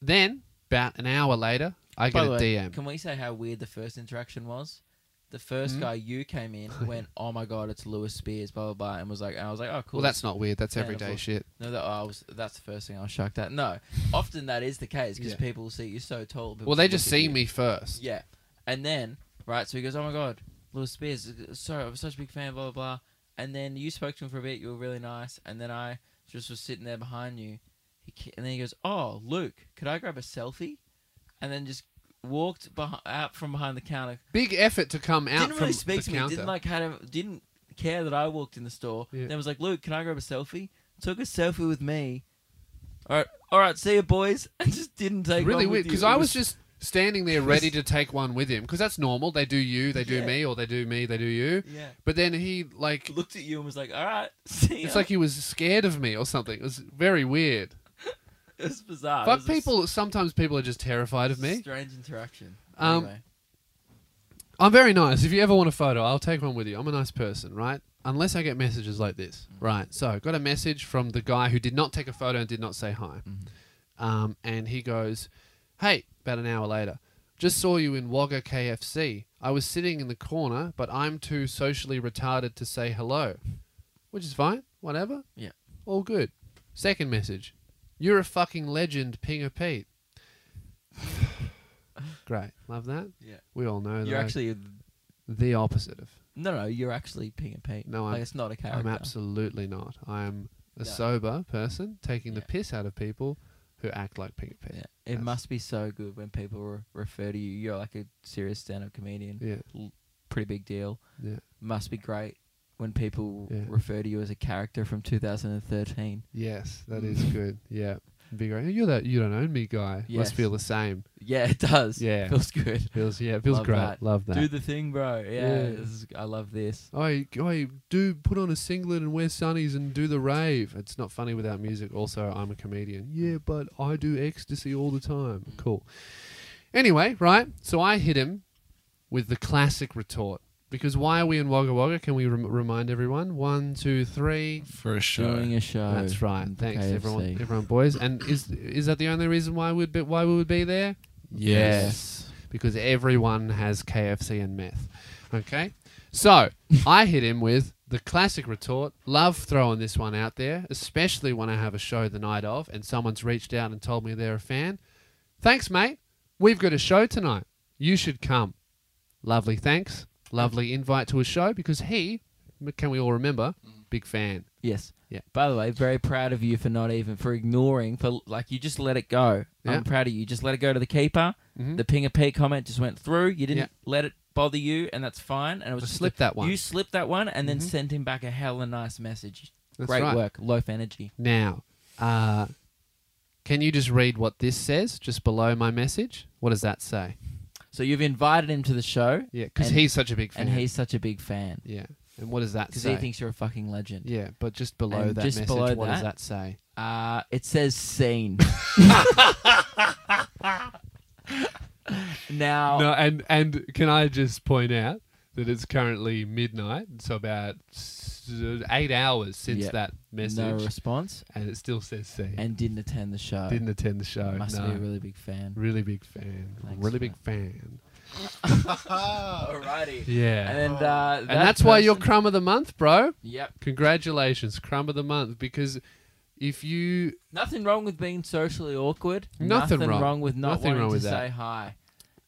Speaker 1: then about an hour later, I get
Speaker 2: By
Speaker 1: a
Speaker 2: the way,
Speaker 1: DM.
Speaker 2: Can we say how weird the first interaction was? The 1st
Speaker 1: Mhm.
Speaker 2: guy you came in went, "Oh my god, it's Lewis Spears," blah blah blah, and was like, and I was like, "Oh cool."
Speaker 1: well, that's not weird. That's
Speaker 2: Yeah,
Speaker 1: everyday
Speaker 2: well-
Speaker 1: shit.
Speaker 2: no, that I was. That's the first thing I was shocked at. No, often that is the case because
Speaker 1: Yeah.
Speaker 2: people see you so tall. people
Speaker 1: Well, they
Speaker 2: look
Speaker 1: just
Speaker 2: at
Speaker 1: see
Speaker 2: you.
Speaker 1: me first.
Speaker 2: Yeah, and then right, so he goes, "Oh my god, Lewis Spears, sorry, I'm such a big fan." Blah blah blah. And then you spoke to him for a bit. You were really nice, and then I just was sitting there behind you. He ca- and then he goes, "Oh, Luke, could I grab a selfie?" And then just walked behi- out from behind the counter.
Speaker 1: Big effort to come out
Speaker 2: didn't
Speaker 1: from
Speaker 2: really speak
Speaker 1: the
Speaker 2: to me.
Speaker 1: counter.
Speaker 2: Didn't like had him. Didn't care that I walked in the store.
Speaker 1: Yeah.
Speaker 2: Then was like, "Luke, can I grab a selfie?" Took a selfie with me. All right, all right, see you, boys. And just didn't take
Speaker 1: really
Speaker 2: one
Speaker 1: weird
Speaker 2: because
Speaker 1: because I was just standing there ready to take one with him because that's normal. They do you, they do
Speaker 2: Yeah.
Speaker 1: me, or they do me, they do you.
Speaker 2: yeah.
Speaker 1: But then he like.
Speaker 2: looked at you and was like, "All right, see."
Speaker 1: It's
Speaker 2: ya."
Speaker 1: like he was scared of me or something. It was very weird.
Speaker 2: it was bizarre.
Speaker 1: Fuck
Speaker 2: It was a
Speaker 1: people. Sometimes people are just terrified of
Speaker 2: s-
Speaker 1: me.
Speaker 2: Strange interaction.
Speaker 1: Um,
Speaker 2: Anyway,
Speaker 1: I'm very nice. If you ever want a photo, I'll take one with you. I'm a nice person, right? Unless I get messages like this,
Speaker 2: Mm-hmm.
Speaker 1: right? So, got a message from the guy who did not take a photo and did not say hi.
Speaker 2: Mm-hmm.
Speaker 1: Um, and he goes, Hey, about an hour later, just saw you in Wagga KFC. I was sitting in the corner, but I'm too socially retarded to say hello, which is fine, whatever.
Speaker 2: Yeah.
Speaker 1: All good. Second message, You're a fucking legend, Pinger Pete. Great. Love that.
Speaker 2: Yeah.
Speaker 1: We all know that.
Speaker 2: you're
Speaker 1: I-
Speaker 2: actually
Speaker 1: the opposite of.
Speaker 2: no, no. You're actually Ping and Pete.
Speaker 1: No,
Speaker 2: like
Speaker 1: I'm-
Speaker 2: it's not a character.
Speaker 1: I'm absolutely not. I'm a
Speaker 2: No.
Speaker 1: sober person taking the
Speaker 2: Yeah.
Speaker 1: piss out of people who act like Pink
Speaker 2: Yeah.
Speaker 1: Pig.
Speaker 2: It
Speaker 1: That's-
Speaker 2: must be so good when people re- refer to you. You're like a serious stand-up comedian.
Speaker 1: Yeah.
Speaker 2: Pretty big deal.
Speaker 1: yeah,
Speaker 2: Must be great when people
Speaker 1: Yeah.
Speaker 2: refer to you as a character from 2013.
Speaker 1: Yes, that is good. Yeah, be great. You're that you don't own me guy. Must
Speaker 2: Yes.
Speaker 1: feel the same.
Speaker 2: Yeah, it does.
Speaker 1: Yeah.
Speaker 2: feels good.
Speaker 1: Feels yeah, it feels
Speaker 2: Love
Speaker 1: great.
Speaker 2: that.
Speaker 1: Love that.
Speaker 2: Do the thing, bro. Yeah,
Speaker 1: Yeah.
Speaker 2: This is, I love this.
Speaker 1: I I do put on a singlet and wear sunnies and do the rave. It's not funny without music. Also, I'm a comedian. Yeah, but I do ecstasy all the time. Cool. Anyway, right? So I hit him with the classic retort. Because why are we in Wagga Wagga? Can we rem- remind everyone? One, two, three.
Speaker 3: for a
Speaker 2: Doing
Speaker 3: show.
Speaker 2: a show.
Speaker 1: That's right.
Speaker 2: in the
Speaker 1: Thanks,
Speaker 2: KFC.
Speaker 1: everyone, everyone, boys. And is is that the only reason why we'd be, why we would be there?
Speaker 2: Yes.
Speaker 1: Because everyone has KFC and meth. Okay, so I hit him with the classic retort. Love throwing this one out there, especially when I have a show the night of, and someone's reached out and told me they're a fan. Thanks, mate. We've got a show tonight. You should come. Lovely thanks. Lovely invite to a show because he, can we all remember,
Speaker 2: Mm.
Speaker 1: big fan.
Speaker 2: Yes.
Speaker 1: Yeah.
Speaker 2: By the way, very proud of you for not even for ignoring for like you just let it go.
Speaker 1: Yeah.
Speaker 2: I'm proud of you. You Just let it go to the keeper.
Speaker 1: Mhm.
Speaker 2: The ping a pee comment just went through. You didn't
Speaker 1: Yeah.
Speaker 2: let it bother you, and that's fine. And it was
Speaker 1: I
Speaker 2: just
Speaker 1: slipped that one.
Speaker 2: You slipped that one, and then
Speaker 1: Mhm.
Speaker 2: sent him back a hella nice message.
Speaker 1: That's
Speaker 2: Great
Speaker 1: right.
Speaker 2: work, loaf energy.
Speaker 1: Now, uh, can you just read what this says just below my message? What does that say?
Speaker 2: So you've invited him to the show,
Speaker 1: Yeah, because
Speaker 2: And-
Speaker 1: he's such a big fan.
Speaker 2: and he's such a big fan
Speaker 1: yeah. And what does that
Speaker 2: because
Speaker 1: say?
Speaker 2: he thinks you're a fucking legend.
Speaker 1: yeah, but just below
Speaker 2: And
Speaker 1: that
Speaker 2: just
Speaker 1: message,
Speaker 2: below
Speaker 1: what does
Speaker 2: that-
Speaker 1: that say?
Speaker 2: Uh, it says scene. now,
Speaker 1: No, and and can I just point out that it's currently midnight, so about s- eight hours since
Speaker 2: Yeah.
Speaker 1: that
Speaker 2: no
Speaker 1: message,
Speaker 2: response,
Speaker 1: and it still says C.
Speaker 2: and didn't attend the show.
Speaker 1: Didn't attend the show.
Speaker 2: Must
Speaker 1: no.
Speaker 2: be a really big fan.
Speaker 1: Really big fan.
Speaker 2: Thanks
Speaker 1: really
Speaker 2: for
Speaker 1: big
Speaker 2: that.
Speaker 1: fan.
Speaker 2: Alrighty.
Speaker 1: Yeah.
Speaker 2: And uh, that
Speaker 1: and that's why you're
Speaker 2: person-
Speaker 1: crumb of the month, bro.
Speaker 2: Yep.
Speaker 1: Congratulations, crumb of the month. Because if you
Speaker 2: Nothing wrong with being socially awkward.
Speaker 1: Nothing wrong.
Speaker 2: with not
Speaker 1: Nothing
Speaker 2: wanting
Speaker 1: wrong
Speaker 2: to
Speaker 1: with
Speaker 2: say
Speaker 1: that.
Speaker 2: hi.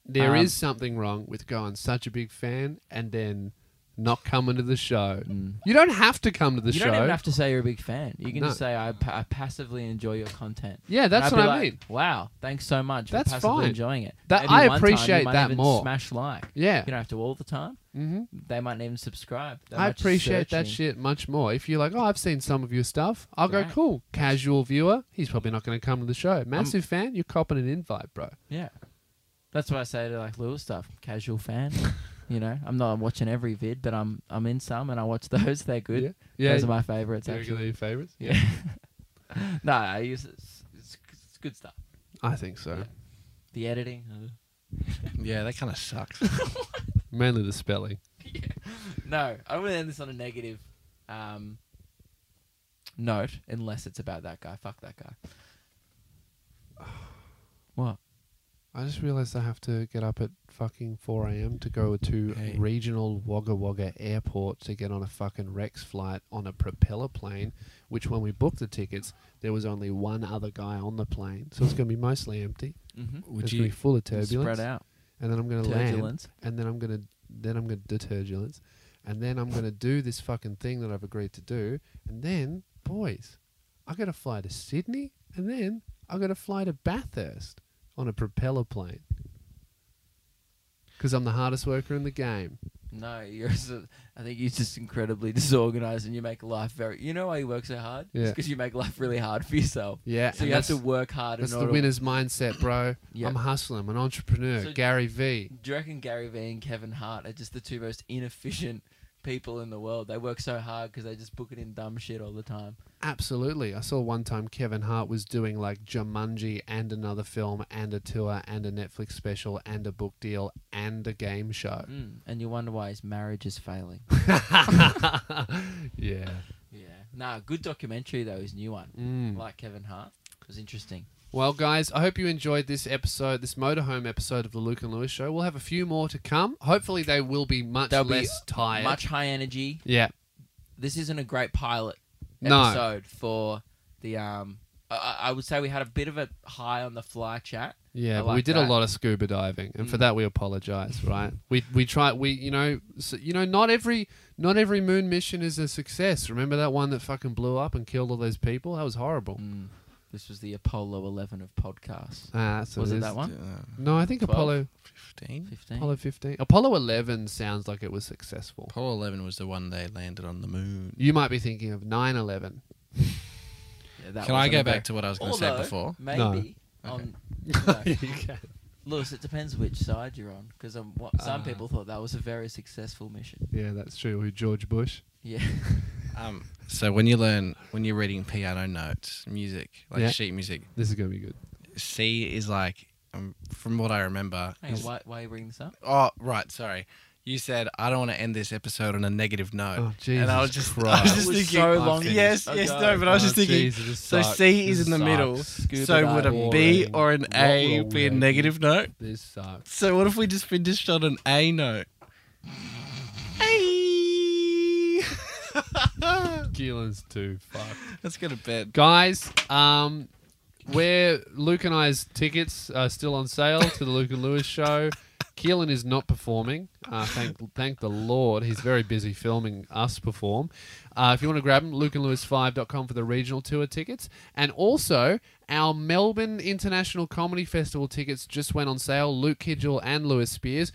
Speaker 1: there is
Speaker 2: Um,
Speaker 1: something wrong with going such a big fan and then not coming to the show.
Speaker 2: Mm.
Speaker 1: You don't have to come to the
Speaker 2: you
Speaker 1: show.
Speaker 2: don't even have to say you're a big fan. You can
Speaker 1: No.
Speaker 2: just say I, pa- I passively enjoy your content.
Speaker 1: yeah, that's
Speaker 2: And I'd
Speaker 1: what
Speaker 2: be
Speaker 1: I
Speaker 2: like,
Speaker 1: mean.
Speaker 2: Wow, thanks so much
Speaker 1: That's
Speaker 2: for passively
Speaker 1: fine.
Speaker 2: enjoying it.
Speaker 1: That-
Speaker 2: Maybe
Speaker 1: I
Speaker 2: one time you
Speaker 1: appreciate
Speaker 2: might
Speaker 1: that
Speaker 2: even
Speaker 1: more.
Speaker 2: Smash like.
Speaker 1: Yeah.
Speaker 2: You don't have to all the time.
Speaker 1: hmm
Speaker 2: They might not even subscribe. They
Speaker 1: I
Speaker 2: might just
Speaker 1: appreciate
Speaker 2: search
Speaker 1: that
Speaker 2: in.
Speaker 1: shit much more. If you're like, oh, I've seen some of your stuff, I'll go,
Speaker 2: Right.
Speaker 1: cool. Casual viewer, he's probably not going to come to the show. Massive fan, you're copping an invite, bro.
Speaker 2: Yeah. That's what I say to like little stuff. Casual fan. you know, I'm not watching every vid, but I'm I'm in some and I watch those. They're good.
Speaker 1: Yeah,
Speaker 2: Those are my favorites
Speaker 1: yeah,
Speaker 2: actually.
Speaker 1: your favorites.
Speaker 2: Yeah. no, I use it's, it's, it's good stuff.
Speaker 1: I think so.
Speaker 2: Yeah. The editing. uh,
Speaker 3: Yeah, that kind of sucks.
Speaker 1: Mainly the spelling.
Speaker 2: No, I don't want to end this on a negative um, note unless it's about that guy. Fuck that guy. What?
Speaker 1: I just realized I have to get up at fucking 4 a.m. to go to
Speaker 3: Hey.
Speaker 1: regional Wagga Wagga airport to get on a fucking Rex flight on a propeller plane, which when we booked the tickets, there was only one other guy on the plane. So it's going to be mostly empty.
Speaker 2: Mm-hmm.
Speaker 3: Would
Speaker 1: it's going
Speaker 3: you?
Speaker 1: to be full of turbulence.
Speaker 2: Spread out.
Speaker 1: And then I'm going to land.
Speaker 2: Turbulence.
Speaker 1: And then I'm going to, then I'm going to do turbulence. And then I'm going to do this fucking thing that I've agreed to do. And then, boys, I got to fly to Sydney. And then I got to fly to Bathurst on a propeller plane. Because I'm the hardest worker in the game.
Speaker 2: No, you're. So, I think you're just incredibly disorganized, and you make life very. You know why you work so hard?
Speaker 1: Yeah.
Speaker 2: Because you make life really hard for yourself.
Speaker 1: Yeah.
Speaker 2: So
Speaker 1: and
Speaker 2: you have
Speaker 1: that's-
Speaker 2: to work hard.
Speaker 1: That's
Speaker 2: in
Speaker 1: the
Speaker 2: order.
Speaker 1: winner's mindset, bro.
Speaker 2: Yeah.
Speaker 1: I'm hustling. I'm an entrepreneur.
Speaker 2: So-
Speaker 1: Gary V.
Speaker 2: Do you reckon Gary Vee and Kevin Hart are just the two most inefficient people in the world? They work so hard because they just book it in dumb shit all the time.
Speaker 1: Absolutely. I saw one time Kevin Hart was doing like Jumanji and another film and a tour and a Netflix special and a book deal and a game show.
Speaker 2: Mm. And you wonder why his marriage is failing.
Speaker 1: yeah.
Speaker 2: yeah. Nah, good documentary though. His new one,
Speaker 1: Mm.
Speaker 2: like Kevin Hart, It was interesting.
Speaker 1: Well, guys, I hope you enjoyed this episode, this motorhome episode of the Luke and Lewis show. We'll have a few more to come. Hopefully, they will be much
Speaker 2: They'll be
Speaker 1: less tired.
Speaker 2: Much high energy.
Speaker 1: yeah.
Speaker 2: This isn't a great pilot
Speaker 1: No.
Speaker 2: episode for the um. I- I, I would say we had a bit of a high on the fly chat. I
Speaker 1: Yeah, but we
Speaker 2: like
Speaker 1: did a
Speaker 2: that.
Speaker 1: lot of scuba diving, and for
Speaker 2: Mm.
Speaker 1: that we apologize, right? we we try we you know so, you know not every not every moon mission is a success. Remember that one that fucking blew up and killed all those people? That was horrible.
Speaker 2: Mm. This was the Apollo 11 of podcasts.
Speaker 1: Ah, that's what
Speaker 2: was
Speaker 1: it
Speaker 2: it
Speaker 1: is.
Speaker 2: that one?
Speaker 3: Uh,
Speaker 1: No, I think
Speaker 2: Twelve?
Speaker 1: Apollo
Speaker 3: 15?
Speaker 2: 15.
Speaker 1: Apollo fifteen, Apollo eleven sounds like it was successful.
Speaker 3: Apollo 11 was the one they landed on the moon.
Speaker 1: You might be thinking of 9-11.
Speaker 2: Yeah, that
Speaker 3: Can I
Speaker 2: wasn't
Speaker 3: go
Speaker 2: a
Speaker 3: back
Speaker 2: great-
Speaker 3: to what I was going to say
Speaker 2: Although,
Speaker 3: before?
Speaker 2: Maybe.
Speaker 3: No.
Speaker 2: On, no. Lewis, it depends which side you're on, because um, what, some
Speaker 3: Uh.
Speaker 1: Ah.
Speaker 2: people thought that was a very successful mission.
Speaker 1: Yeah, that's true. With George Bush.
Speaker 2: Yeah.
Speaker 3: Um, so when you learn, when you're reading piano notes, music, like
Speaker 1: Yeah.
Speaker 3: sheet music,
Speaker 1: This is gonna be good.
Speaker 3: C is like um, from what I remember.
Speaker 2: Hang on,
Speaker 3: is-
Speaker 2: why, why are you bringing this up?
Speaker 3: oh, right. Sorry. You said I don't want to end this episode on a negative note.
Speaker 1: Oh, Jesus
Speaker 3: and I was just, I
Speaker 1: Christ.
Speaker 3: was just
Speaker 2: That was
Speaker 3: thinking.
Speaker 2: so long.
Speaker 3: Yes, yes, no, but I was just
Speaker 1: Oh,
Speaker 3: thinking. so C is in the middle.
Speaker 2: Scuba
Speaker 3: so would a
Speaker 2: diving.
Speaker 3: B or an
Speaker 1: What
Speaker 3: A
Speaker 1: will
Speaker 3: be a
Speaker 1: we-
Speaker 3: negative note?
Speaker 1: This sucks.
Speaker 3: So what if we just finished on an A note? Hey.
Speaker 1: Keelan's too fucked.
Speaker 3: Let's go to bed.
Speaker 1: Guys, um, where Luke and I's tickets are still on sale to the Luke and Lewis show. Keelan is not performing. Uh, thank, thank the Lord. He's very busy filming us perform. Uh, if you want to grab him, lukeandlewis5.com for the regional tour tickets. And also, our Melbourne International Comedy Festival tickets just went on sale. Luke Kidgel and Lewis Spears.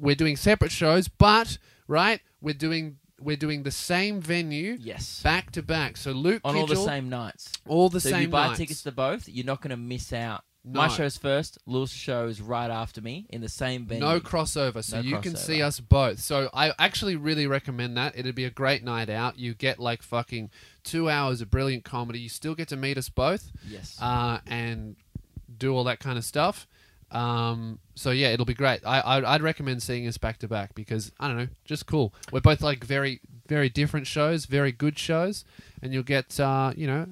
Speaker 1: We're doing separate shows, but, right, we're doing we're doing the same venue
Speaker 2: Yes.
Speaker 1: back to back. So Luke
Speaker 2: on all the
Speaker 1: Kidgel-
Speaker 2: same nights.
Speaker 1: all the
Speaker 2: so
Speaker 1: same
Speaker 2: if you buy
Speaker 1: nights.
Speaker 2: tickets to both, you're not going to miss out. My
Speaker 1: No.
Speaker 2: show's first. Lewis' show is right after me in the same venue.
Speaker 1: No crossover, so
Speaker 2: No
Speaker 1: you can see
Speaker 2: crossover.
Speaker 1: us both. So I actually really recommend that. It'd be a great night out. You get like fucking two hours of brilliant comedy. You still get to meet us both
Speaker 2: yes.
Speaker 1: uh, and do all that kind of stuff. Um, so yeah, it'll be great. I, I I'd recommend seeing us back to back because I don't know, just cool. We're both like very very different shows, very good shows, and you'll get uh, you know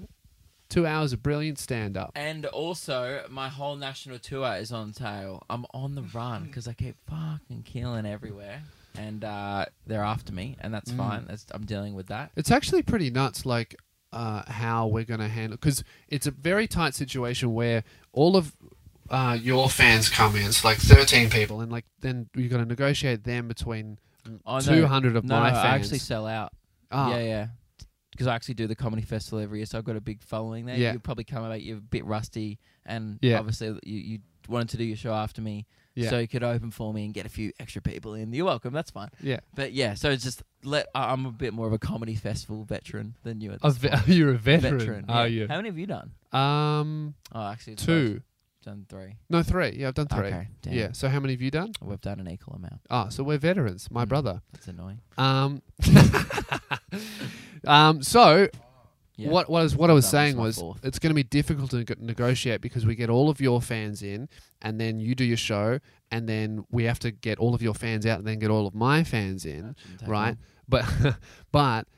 Speaker 1: two hours of brilliant stand up.
Speaker 2: and also, my whole national tour is on sale. I'm on the run because I keep fucking killing everywhere, and uh, they're after me, and
Speaker 1: Mm.
Speaker 2: that's fine. That's, I'm dealing with that.
Speaker 1: It's actually pretty nuts, like uh, how we're going to handle because it's a very tight situation where all of uh, your fans come in. It's like thirteen people, and like then you've got to negotiate them between
Speaker 2: Oh, no.
Speaker 1: Mm. two hundred of
Speaker 2: no,
Speaker 1: my
Speaker 2: no,
Speaker 1: fans.
Speaker 2: I actually sell out.
Speaker 1: Ah,
Speaker 2: Yeah, yeah. Because I actually do the comedy festival every year, so I've got a big following there.
Speaker 1: Yeah.
Speaker 2: You'll probably come out, you're a bit rusty, and
Speaker 1: Yeah.
Speaker 2: obviously you, you wanted to do your show after me,
Speaker 1: Yeah.
Speaker 2: so you could open for me and get a few extra people in. You're welcome, that's fine.
Speaker 1: yeah.
Speaker 2: But yeah, so it's just let I- I'm a bit more of a comedy festival veteran than you. At
Speaker 1: A
Speaker 2: this
Speaker 1: ve-
Speaker 2: point.
Speaker 1: you're a veteran,
Speaker 2: yeah.
Speaker 1: are you?
Speaker 2: How many have you done?
Speaker 1: Um,
Speaker 2: Oh, actually, it's both.
Speaker 1: two,
Speaker 2: done three.
Speaker 1: no, three. Yeah, I've done three.
Speaker 2: Okay, damn.
Speaker 1: Yeah. So how many have you done?
Speaker 2: we've done an equal amount.
Speaker 1: Ah, so we're veterans. My
Speaker 2: Mm.
Speaker 1: brother.
Speaker 2: That's annoying.
Speaker 1: Um. um. So
Speaker 2: Yeah.
Speaker 1: What what, is, what I was
Speaker 2: That was
Speaker 1: saying
Speaker 2: my
Speaker 1: was
Speaker 2: fourth.
Speaker 1: it's going to be difficult to neg- negotiate because we get all of your fans in, and then you do your show, and then we have to get all of your fans out, and then get all of my fans in,
Speaker 2: Shouldn't take
Speaker 1: right?
Speaker 2: long.
Speaker 1: But but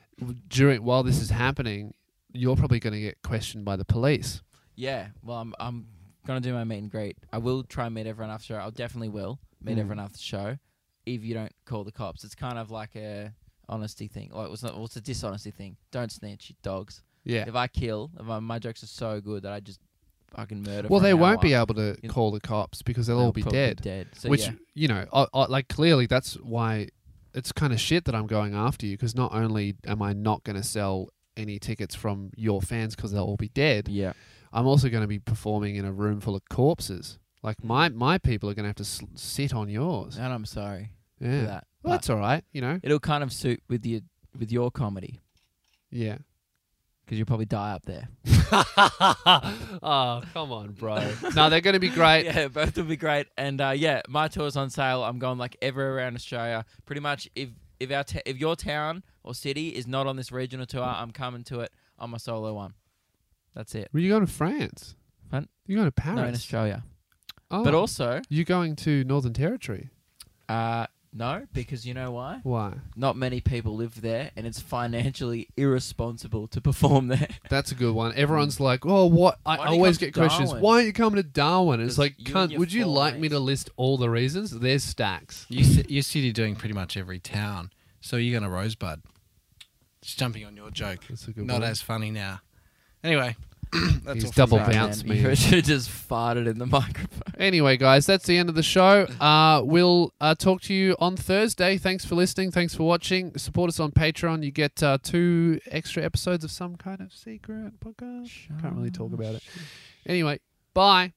Speaker 1: during while this is happening, you're probably going to get questioned by the police.
Speaker 2: Yeah. Well, I'm I'm gonna do my meet and greet. I will try and meet everyone after the show. I'll definitely will meet
Speaker 1: Mm.
Speaker 2: everyone after the show. If you don't call the cops, it's kind of like a honesty thing. Like it's not. Well, it's a dishonesty thing. Don't snitch, you dogs.
Speaker 1: Yeah.
Speaker 2: If I kill, if I, my jokes are so good that I just fucking murder.
Speaker 1: Well,
Speaker 2: for
Speaker 1: they
Speaker 2: an
Speaker 1: won't
Speaker 2: hour,
Speaker 1: be able to
Speaker 2: You-
Speaker 1: call the cops because they'll,
Speaker 2: they'll
Speaker 1: all be
Speaker 2: probably
Speaker 1: dead.
Speaker 2: Dead. So
Speaker 1: which
Speaker 2: yeah.
Speaker 1: you know, I, I, like clearly that's why it's kind of shit that I'm going after you because not only am I not going to sell any tickets from your fans because they'll all be dead,
Speaker 2: Yeah.
Speaker 1: I'm also going to be performing in a room full of corpses. Like my my people are going to have to s- sit on yours.
Speaker 2: And I'm sorry
Speaker 1: Yeah,
Speaker 2: for that.
Speaker 1: Well, that's all right. You know,
Speaker 2: But it'll kind of suit with your with your comedy
Speaker 1: yeah.
Speaker 2: because you'll probably die up there.
Speaker 1: oh come on, bro. no, they're going to be great.
Speaker 2: yeah, both will be great. And uh, yeah, my tour's on sale. I'm going like ever around Australia. Pretty much, if if our ta- if your town or city is not on this regional tour, I'm coming to it on my solo one. That's it.
Speaker 1: Well, you're going to France.
Speaker 2: Fun.
Speaker 1: You're going to
Speaker 2: No, in
Speaker 1: Paris.
Speaker 2: Australia.
Speaker 1: oh,
Speaker 2: But also,
Speaker 1: you're going to Northern Territory.
Speaker 2: uh, no, because you know why?
Speaker 1: Why?
Speaker 2: Not many people live there, and it's financially irresponsible to perform there.
Speaker 1: That's a good one. Everyone's like, "Oh, what?" I
Speaker 2: Why don't you
Speaker 1: always
Speaker 2: Hmm. come to
Speaker 1: get questions.
Speaker 2: Darwin?
Speaker 1: Why aren't you coming to Darwin? It's
Speaker 2: Because
Speaker 1: like,
Speaker 2: you and
Speaker 1: cunt,
Speaker 2: your
Speaker 1: would you
Speaker 2: four
Speaker 1: like me
Speaker 2: mates.
Speaker 1: to list all the reasons? There's stacks.
Speaker 3: You ci- your city doing pretty much every town, so you're gonna Rosebud. Just jumping on your joke.
Speaker 1: That's a good
Speaker 3: Not
Speaker 1: one.
Speaker 3: as funny now. Anyway, that's
Speaker 1: He's
Speaker 3: all for
Speaker 1: double
Speaker 3: now.
Speaker 2: Sorry,
Speaker 1: bounce me.
Speaker 2: man. You should have just farted in the microphone.
Speaker 1: Anyway, guys, that's the end of the show. Uh, we'll uh, talk to you on Thursday. Thanks for listening. Thanks for watching. Support us on Patreon. You get uh, two extra episodes of some kind of secret podcast. Can't really talk about it. Anyway, bye.